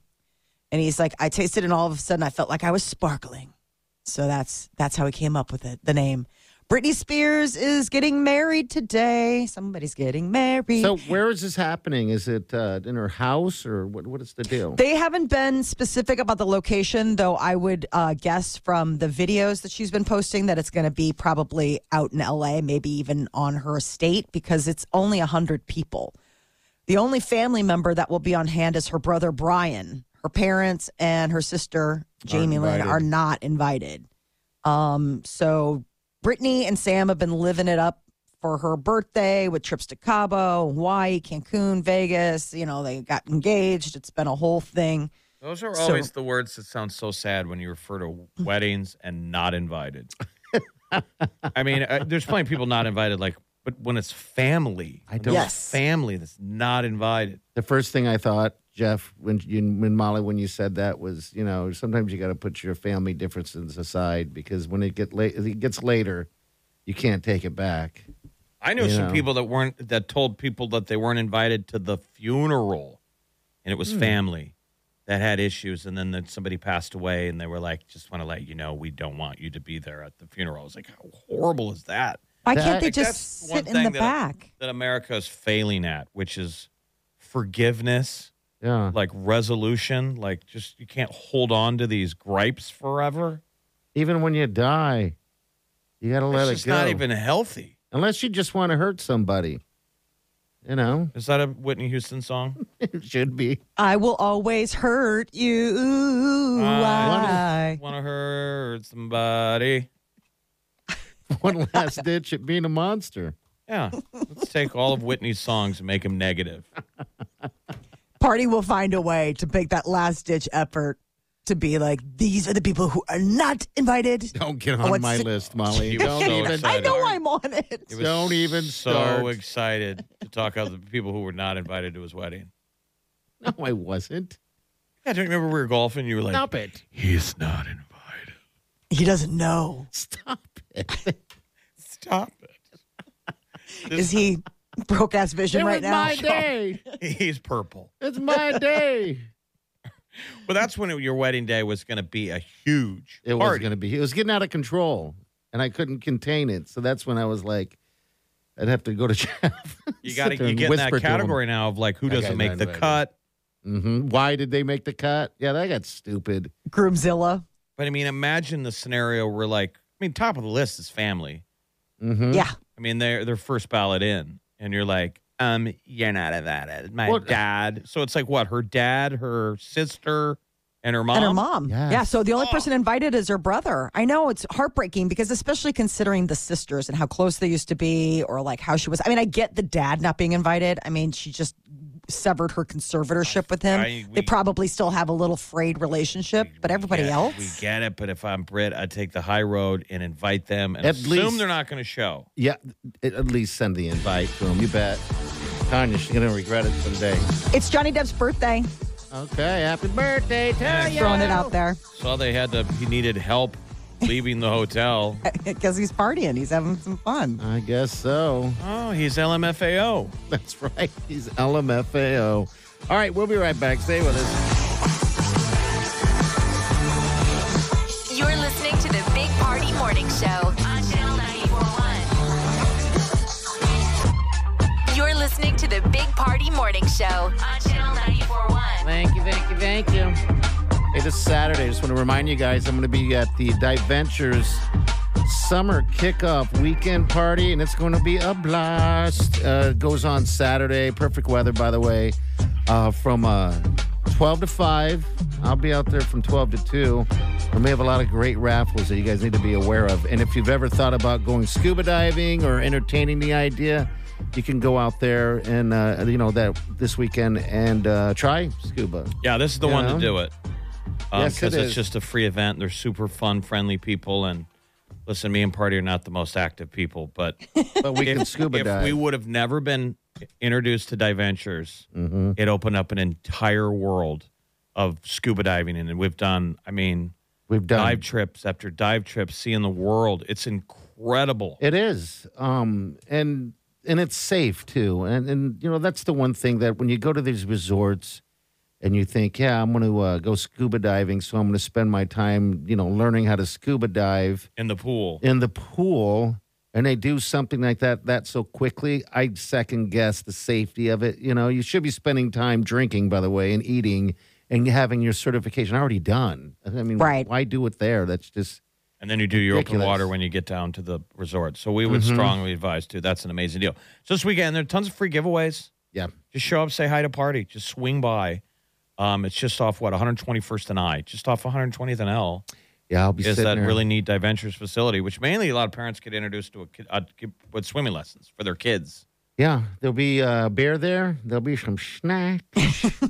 Speaker 3: And he's like, I tasted it and all of a sudden I felt like I was sparkling. So that's that's how he came up with it, the name. Britney Spears is getting married today. Somebody's getting married.
Speaker 4: So where is this happening? Is it uh, in her house or what? What is the deal?
Speaker 3: They haven't been specific about the location, though I would uh, guess from the videos that she's been posting that it's going to be probably out in LA, maybe even on her estate, because it's only 100 people. The only family member that will be on hand is her brother, Brian. Her parents and her sister, Jamie Lynn,
Speaker 4: invited.
Speaker 3: are not invited. Um, so Brittany and Sam have been living it up for her birthday with trips to Cabo, Hawaii, Cancun, Vegas. You know, they got engaged. It's been a whole thing.
Speaker 5: Those are
Speaker 3: So-
Speaker 5: always the words that sound so sad when you refer to weddings and not invited. I mean, uh, there's plenty of people not invited, like, but when it's family,
Speaker 4: I don't-
Speaker 3: Yes.
Speaker 5: family that's not invited.
Speaker 4: the first thing I thought, Jeff, when you, when Molly, when you said that was, you know, sometimes you got to put your family differences aside because when it get late, it gets later, you can't take it back.
Speaker 5: I knew some
Speaker 4: Yeah.
Speaker 5: people that weren't that told people that they weren't invited to the funeral, and it was
Speaker 4: Hmm.
Speaker 5: family that had issues, and then that somebody passed away, and they were like, "Just want to let you know, we don't want you to be there at the funeral." I was like, "How horrible is that?"
Speaker 3: Why
Speaker 4: That-
Speaker 3: can't they
Speaker 4: Like,
Speaker 3: just
Speaker 5: that's one
Speaker 3: sit in the
Speaker 5: thing that I-
Speaker 3: back?
Speaker 5: That America is failing at, which is forgiveness,
Speaker 4: Yeah.
Speaker 5: like resolution, like just you can't hold on to these gripes forever.
Speaker 4: Even when you die, you got to let
Speaker 5: it's
Speaker 4: it
Speaker 5: just
Speaker 4: go.
Speaker 5: not even healthy.
Speaker 4: Unless you just want to hurt somebody. You know?
Speaker 5: Is that a Whitney Houston song?
Speaker 4: it should be.
Speaker 3: I will always hurt you.
Speaker 5: I
Speaker 3: Why?
Speaker 5: want to hurt somebody.
Speaker 4: One last ditch at being a monster.
Speaker 5: Yeah. Let's take all of Whitney's songs and make them negative.
Speaker 3: Party will find a way to make that last ditch effort to be like, these are the people who are not invited.
Speaker 4: Don't get
Speaker 3: I
Speaker 4: on
Speaker 3: want
Speaker 4: my
Speaker 3: si-
Speaker 4: list, Molly.
Speaker 5: She was
Speaker 4: Don't
Speaker 5: so
Speaker 4: even.
Speaker 5: excited.
Speaker 3: I know I'm on it.
Speaker 5: He was
Speaker 4: Don't even
Speaker 5: so
Speaker 4: start.
Speaker 5: excited to talk about the people who were not invited to his wedding.
Speaker 4: No, I wasn't.
Speaker 5: Yeah, don't you remember we were golfing? You were like,
Speaker 4: Stop it.
Speaker 5: he's not invited.
Speaker 3: He doesn't know.
Speaker 4: Stop it.
Speaker 5: Stop
Speaker 3: Is he broke ass vision
Speaker 4: It
Speaker 3: right
Speaker 4: was
Speaker 3: now?
Speaker 4: my day.
Speaker 5: it. He's purple.
Speaker 4: It's my day.
Speaker 5: Well, that's when it, your wedding day was going to be a huge
Speaker 4: It was
Speaker 5: party.
Speaker 4: going to be. It was getting out of control, and I couldn't contain it. So that's when I was like, I'd have to go to Jeff.
Speaker 5: you got to you get in that category now of like who
Speaker 4: That
Speaker 5: doesn't
Speaker 4: guy's
Speaker 5: make
Speaker 4: not
Speaker 5: the
Speaker 4: invited.
Speaker 5: cut.
Speaker 4: hmm Why did they make the cut? Yeah, that got stupid.
Speaker 3: Groomzilla.
Speaker 5: But I mean, imagine the scenario where like I mean, top of the list is family.
Speaker 4: hmm
Speaker 3: Yeah.
Speaker 5: I mean, they're they're first ballot in, and you're like, um, you're not invited. My
Speaker 4: What-
Speaker 5: dad. So it's like what? Her dad, her sister, and her mom. Oh.
Speaker 3: And her mom.
Speaker 4: Yes.
Speaker 3: Yeah. So the only person invited is her brother. I know it's heartbreaking because, especially considering the sisters and how close they used to be, or like how she was. I mean, I get the dad not being invited. I mean, she just severed her conservatorship with him.
Speaker 5: I-
Speaker 3: they
Speaker 5: we-
Speaker 3: probably still have a little frayed relationship, but everybody
Speaker 5: Yeah,
Speaker 3: else.
Speaker 5: we get it. But if I'm Brit, I take the high road and invite them, and
Speaker 4: At
Speaker 5: assume
Speaker 4: least-
Speaker 5: they're not going to show.
Speaker 4: Yeah, at at least send the invite to him. You bet. Tanya, she's gonna regret it someday.
Speaker 3: It's Johnny Depp's birthday.
Speaker 4: Okay, happy birthday to you.
Speaker 3: Throwing it out there
Speaker 5: Saw they had to. He needed help leaving the hotel.
Speaker 3: because he's partying. He's having some fun.
Speaker 4: I guess so.
Speaker 5: Oh, he's LMFAO.
Speaker 4: That's right. He's LMFAO. All right, we'll be right back. Stay with us.
Speaker 2: You're listening to the Big Party Morning Show on Channel 941. You're listening to the Big Party Morning Show on Channel 941.
Speaker 4: Thank you, thank you, thank you. Hey, this Saturday, I just want to remind you guys I'm going to be at the Dive Ventures Summer Kickoff Weekend Party, and it's going to be a blast. Uh, it goes on Saturday. Perfect weather, by the way, uh, from uh, 12 to 5. I'll be out there from 12 to 2. And we have a lot of great raffles that you guys need to be aware of. And if you've ever thought about going scuba diving or entertaining the idea, you can go out there and uh, you know that this weekend and uh, try scuba.
Speaker 5: Yeah, this is the
Speaker 4: You
Speaker 5: one
Speaker 4: know?
Speaker 5: to do it. Um,
Speaker 4: Yes, it
Speaker 5: because it's
Speaker 4: is.
Speaker 5: just a free event. They're super fun, friendly people. And listen, me and Party are not the most active people, but
Speaker 4: But we can scuba
Speaker 5: if
Speaker 4: dive.
Speaker 5: we would have never been introduced to Diventures,
Speaker 4: Mm-hmm.
Speaker 5: it opened up an entire world of scuba diving. And we've done, I mean,
Speaker 4: We've done.
Speaker 5: dive trips after dive trips, seeing the world. It's incredible.
Speaker 4: It is, um, and and it's safe too. And and you know that's the one thing that when you go to these resorts and you think, yeah, I'm going to uh, go scuba diving, so I'm going to spend my time, you know, learning how to scuba dive
Speaker 5: in the pool.
Speaker 4: in the pool. And they do something like that that so quickly, I second guess the safety of it. You know, you should be spending time drinking, by the way, and eating and having your certification already done. I mean,
Speaker 3: Right.
Speaker 4: why do it there? That's just
Speaker 5: And then you do your open
Speaker 4: Ridiculous. Mm-hmm.
Speaker 5: water when you get down to the resort. So we would strongly advise too. That's an amazing deal. So this weekend there are tons of free giveaways.
Speaker 4: yeah.
Speaker 5: Just show up, say hi to party. Just swing by. Um, it's just off what 121st and I, just off 120th and L.
Speaker 4: Yeah, I'll be
Speaker 5: Is
Speaker 4: sitting
Speaker 5: that
Speaker 4: there.
Speaker 5: really neat Diventures facility, which mainly a lot of parents get introduced to a kid, uh, kid- with swimming lessons for their kids.
Speaker 4: Yeah, there'll be a beer there. There'll be some snacks.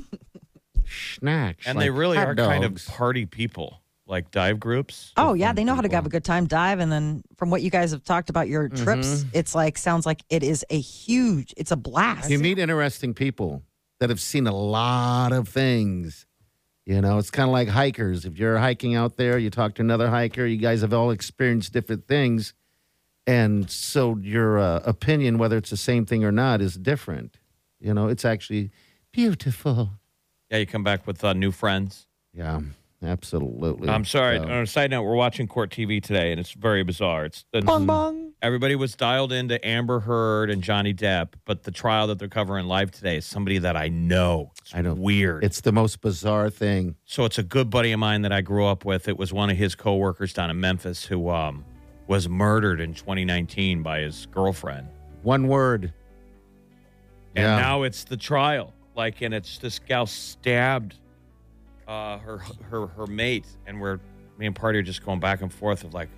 Speaker 4: snacks.
Speaker 5: And
Speaker 4: like
Speaker 5: they really
Speaker 4: hot
Speaker 5: are kind of
Speaker 4: dogs.
Speaker 5: party people, like dive groups.
Speaker 3: Oh yeah, they know how to have a good time dive. And then from what you guys have talked about your
Speaker 5: Mm-hmm.
Speaker 3: trips, it's like sounds like it is a huge. It's a blast.
Speaker 4: You meet interesting people that have seen a lot of things. You know, it's kind of like hikers. If you're hiking out there, you talk to another hiker, you guys have all experienced different things. And so your uh, opinion, whether it's the same thing or not, is different. You know, it's actually beautiful.
Speaker 5: Yeah, you come back with uh, new friends.
Speaker 4: Yeah, absolutely.
Speaker 5: I'm sorry. uh,
Speaker 4: So-
Speaker 5: On a side note, we're watching court TV today, and it's very bizarre. It's, it's
Speaker 3: Bong bong.
Speaker 5: everybody was dialed into Amber Heard and Johnny Depp, but the trial that they're covering live today is somebody that I know. It's
Speaker 4: I know.
Speaker 5: weird.
Speaker 4: It's the most bizarre thing.
Speaker 5: so it's a good buddy of mine that I grew up with. It was one of his coworkers down in Memphis who um, was murdered in 2019 by his girlfriend.
Speaker 4: One word.
Speaker 5: And
Speaker 4: Yeah.
Speaker 5: now it's the trial. Like, and it's this gal stabbed uh, her her her mate, and we're me and party are just going back and forth of like,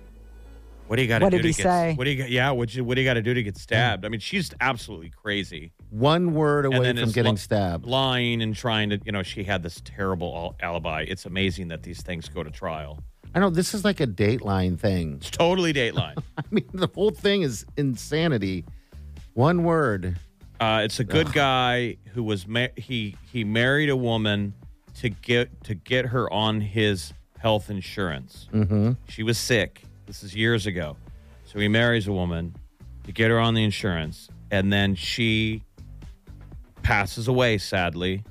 Speaker 5: what do you got to do?
Speaker 3: What did
Speaker 5: to
Speaker 3: he
Speaker 5: get,
Speaker 3: say?
Speaker 5: What do you got? Yeah, what you what do you got to do to get stabbed? I mean, she's absolutely crazy.
Speaker 4: One word
Speaker 5: And
Speaker 4: away
Speaker 5: then
Speaker 4: from
Speaker 5: it's
Speaker 4: getting
Speaker 5: lo-
Speaker 4: stabbed.
Speaker 5: lying and trying to, you know, she had this terrible al- alibi. It's amazing that these things go to trial.
Speaker 4: I know this is like a Dateline thing.
Speaker 5: It's totally Dateline.
Speaker 4: I mean, the whole thing is insanity. One word.
Speaker 5: Uh, it's a good guy who was ma- he he married a woman to get to get her on his health insurance.
Speaker 4: Mm-hmm.
Speaker 5: She was sick. This is years ago. So he marries a woman to get her on the insurance, and then she passes away sadly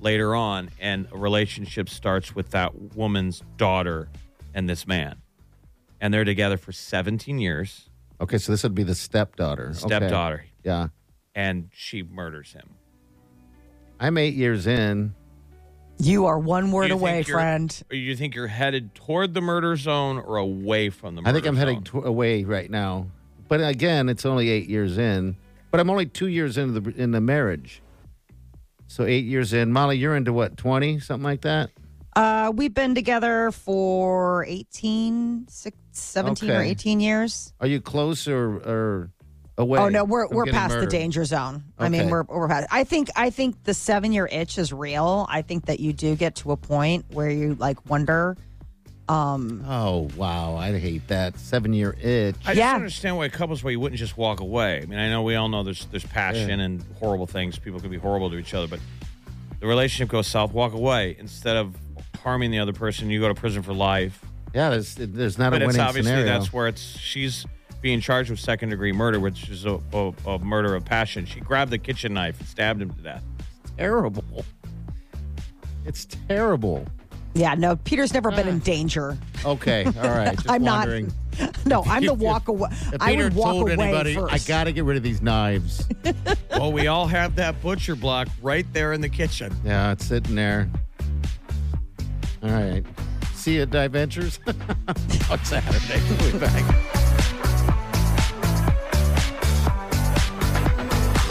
Speaker 5: later on, and a relationship starts with that woman's daughter and this man, and they're together for 17 years.
Speaker 4: Okay, so this would be the stepdaughter. Okay.
Speaker 5: Stepdaughter,
Speaker 4: Yeah.
Speaker 5: and she murders him.
Speaker 4: I'm eight years in.
Speaker 3: You are one word
Speaker 5: you think
Speaker 3: away,
Speaker 5: you're-
Speaker 3: friend.
Speaker 5: Or you think you're headed toward the murder zone or away from the murder
Speaker 4: I think I'm
Speaker 5: zone?
Speaker 4: heading t- away right now. But again, it's only eight years in. But I'm only two years into the in the marriage. So eight years in. Molly, you're into what, twenty, something like that?
Speaker 3: Uh, we've been together for 18, six, 17 or
Speaker 4: Okay.
Speaker 3: 18 years.
Speaker 4: Are you close or, or away?
Speaker 3: Oh no, we're
Speaker 4: from
Speaker 3: we're
Speaker 4: getting
Speaker 3: past
Speaker 4: murdered?
Speaker 3: the danger zone. I mean,
Speaker 4: Okay.
Speaker 3: we're we're past. I think I think the seven year itch is real. I think that you do get to a point where you like wonder. Um,
Speaker 4: Oh wow, I hate that seven year itch.
Speaker 5: I
Speaker 3: Yeah.
Speaker 5: just don't understand why couples why you wouldn't just walk away. I mean, I know we all know there's there's passion and horrible things. People can be horrible to each other, but the relationship goes south. Walk away instead of harming the other person. You go to prison for life.
Speaker 4: Yeah, there's there's not
Speaker 5: But
Speaker 4: a
Speaker 5: it's
Speaker 4: winning
Speaker 5: obviously
Speaker 4: scenario.
Speaker 5: that's where it's she's being charged with second degree murder, which is a, a, a murder of passion. She grabbed the kitchen knife and stabbed him to death.
Speaker 4: terrible. It's terrible.
Speaker 3: yeah, no, Peter's never been
Speaker 4: Ah.
Speaker 3: in danger.
Speaker 4: Okay, all right. Just
Speaker 3: I'm not-
Speaker 4: wondering.
Speaker 3: No, I'm the
Speaker 4: if-
Speaker 3: walk away.
Speaker 4: If
Speaker 3: I
Speaker 4: Peter
Speaker 3: would walk
Speaker 4: told
Speaker 3: away
Speaker 4: anybody,
Speaker 3: first.
Speaker 4: I got to get rid of these knives.
Speaker 5: well, we all have that butcher block right there in the kitchen.
Speaker 4: yeah, it's sitting there. All right. See you at Dive Ventures on Saturday. We'll be back.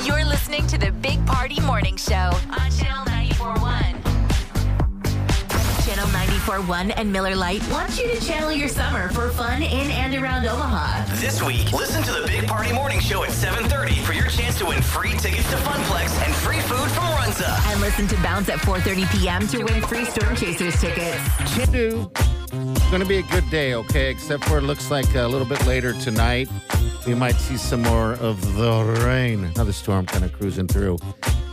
Speaker 2: You're listening to the Big Party Morning Show on Channel 941. Channel 941 and Miller Lite want you to channel your summer for fun in and around Omaha.
Speaker 12: This week, listen to the Big Party Morning Show at 7:30 for your chance to win free tickets to Funplex and free food from Runza.
Speaker 2: And listen to Bounce at 4:30 p.m. to win free Storm Chasers tickets.
Speaker 4: Can do. It's going to be a good day, okay? Except for it looks like a little bit later tonight, we might see some more of the rain. Another storm kind of cruising through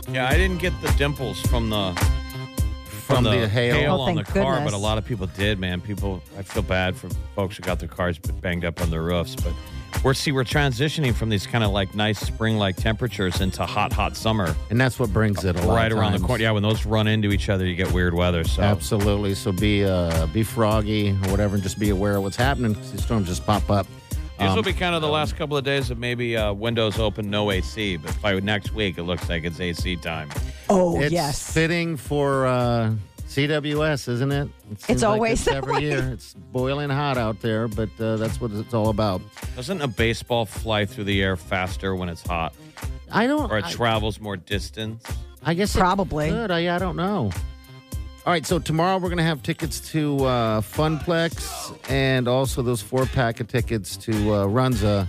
Speaker 5: Yeah, I didn't get the dimples from the
Speaker 4: from, the, hail.
Speaker 3: Oh,
Speaker 5: on the
Speaker 3: thank
Speaker 5: car,
Speaker 3: goodness.
Speaker 5: but a lot of people did, man. People, I feel bad for folks who got their cars banged up on their roofs. But we're see we're transitioning from these kind of like nice spring like temperatures into hot, hot summer
Speaker 4: And that's what brings it a lot
Speaker 5: right
Speaker 4: of
Speaker 5: around the
Speaker 4: times.
Speaker 5: corner. Yeah, when those run into each other, you get weird weather. So
Speaker 4: Absolutely. So be uh, be froggy or whatever, and just be aware of what's happening because these storms just pop up.
Speaker 5: these
Speaker 4: Um,
Speaker 5: will be kind of the last couple of days of maybe uh, windows open, no AC. But by next week, it looks like it's AC time.
Speaker 3: oh
Speaker 4: it's
Speaker 3: yes,
Speaker 4: fitting for uh, CWS, isn't it? it seems
Speaker 3: always
Speaker 4: it's
Speaker 3: that
Speaker 4: every
Speaker 3: way.
Speaker 4: year. It's boiling hot out there, but uh, that's what it's all about.
Speaker 5: Doesn't a baseball fly through the air faster when it's hot,
Speaker 4: I don't.
Speaker 5: or it
Speaker 4: I-
Speaker 5: travels more distance?
Speaker 4: I guess it
Speaker 3: Probably.
Speaker 4: could. I, I don't know. All right, so tomorrow we're going to have tickets to uh, Funplex and also those four pack of tickets to uh, Runza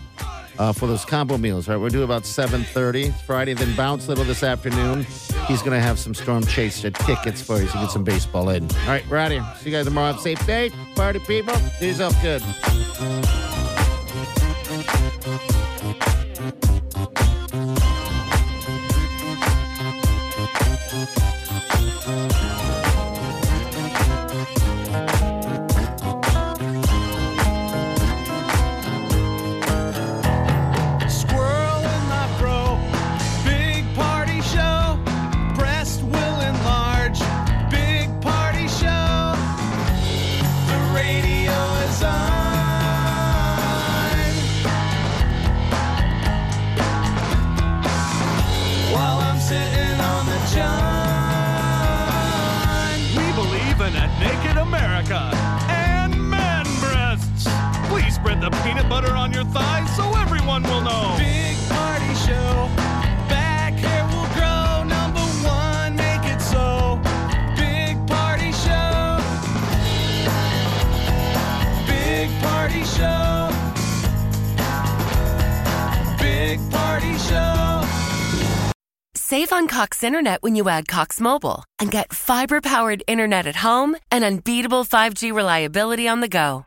Speaker 4: uh, for those combo meals. Right, we'll do about seven thirty Friday. Then bounce little this afternoon. He's going to have some storm chaser tickets for you, so get some baseball in. All right, we're out of here. See you guys tomorrow. Have a safe day, party people. Do yourself good.
Speaker 1: Squirrel in my bro. Big party show. Breast will enlarge. Big party show. The radio is on. the peanut butter on your thighs so everyone will know. Big party show. Back hair will grow. Number one, make it so. Big party show. Big party show. Big party show.
Speaker 10: Save on Cox Internet when you add Cox Mobile and get fiber powered internet at home and unbeatable 5G reliability on the go.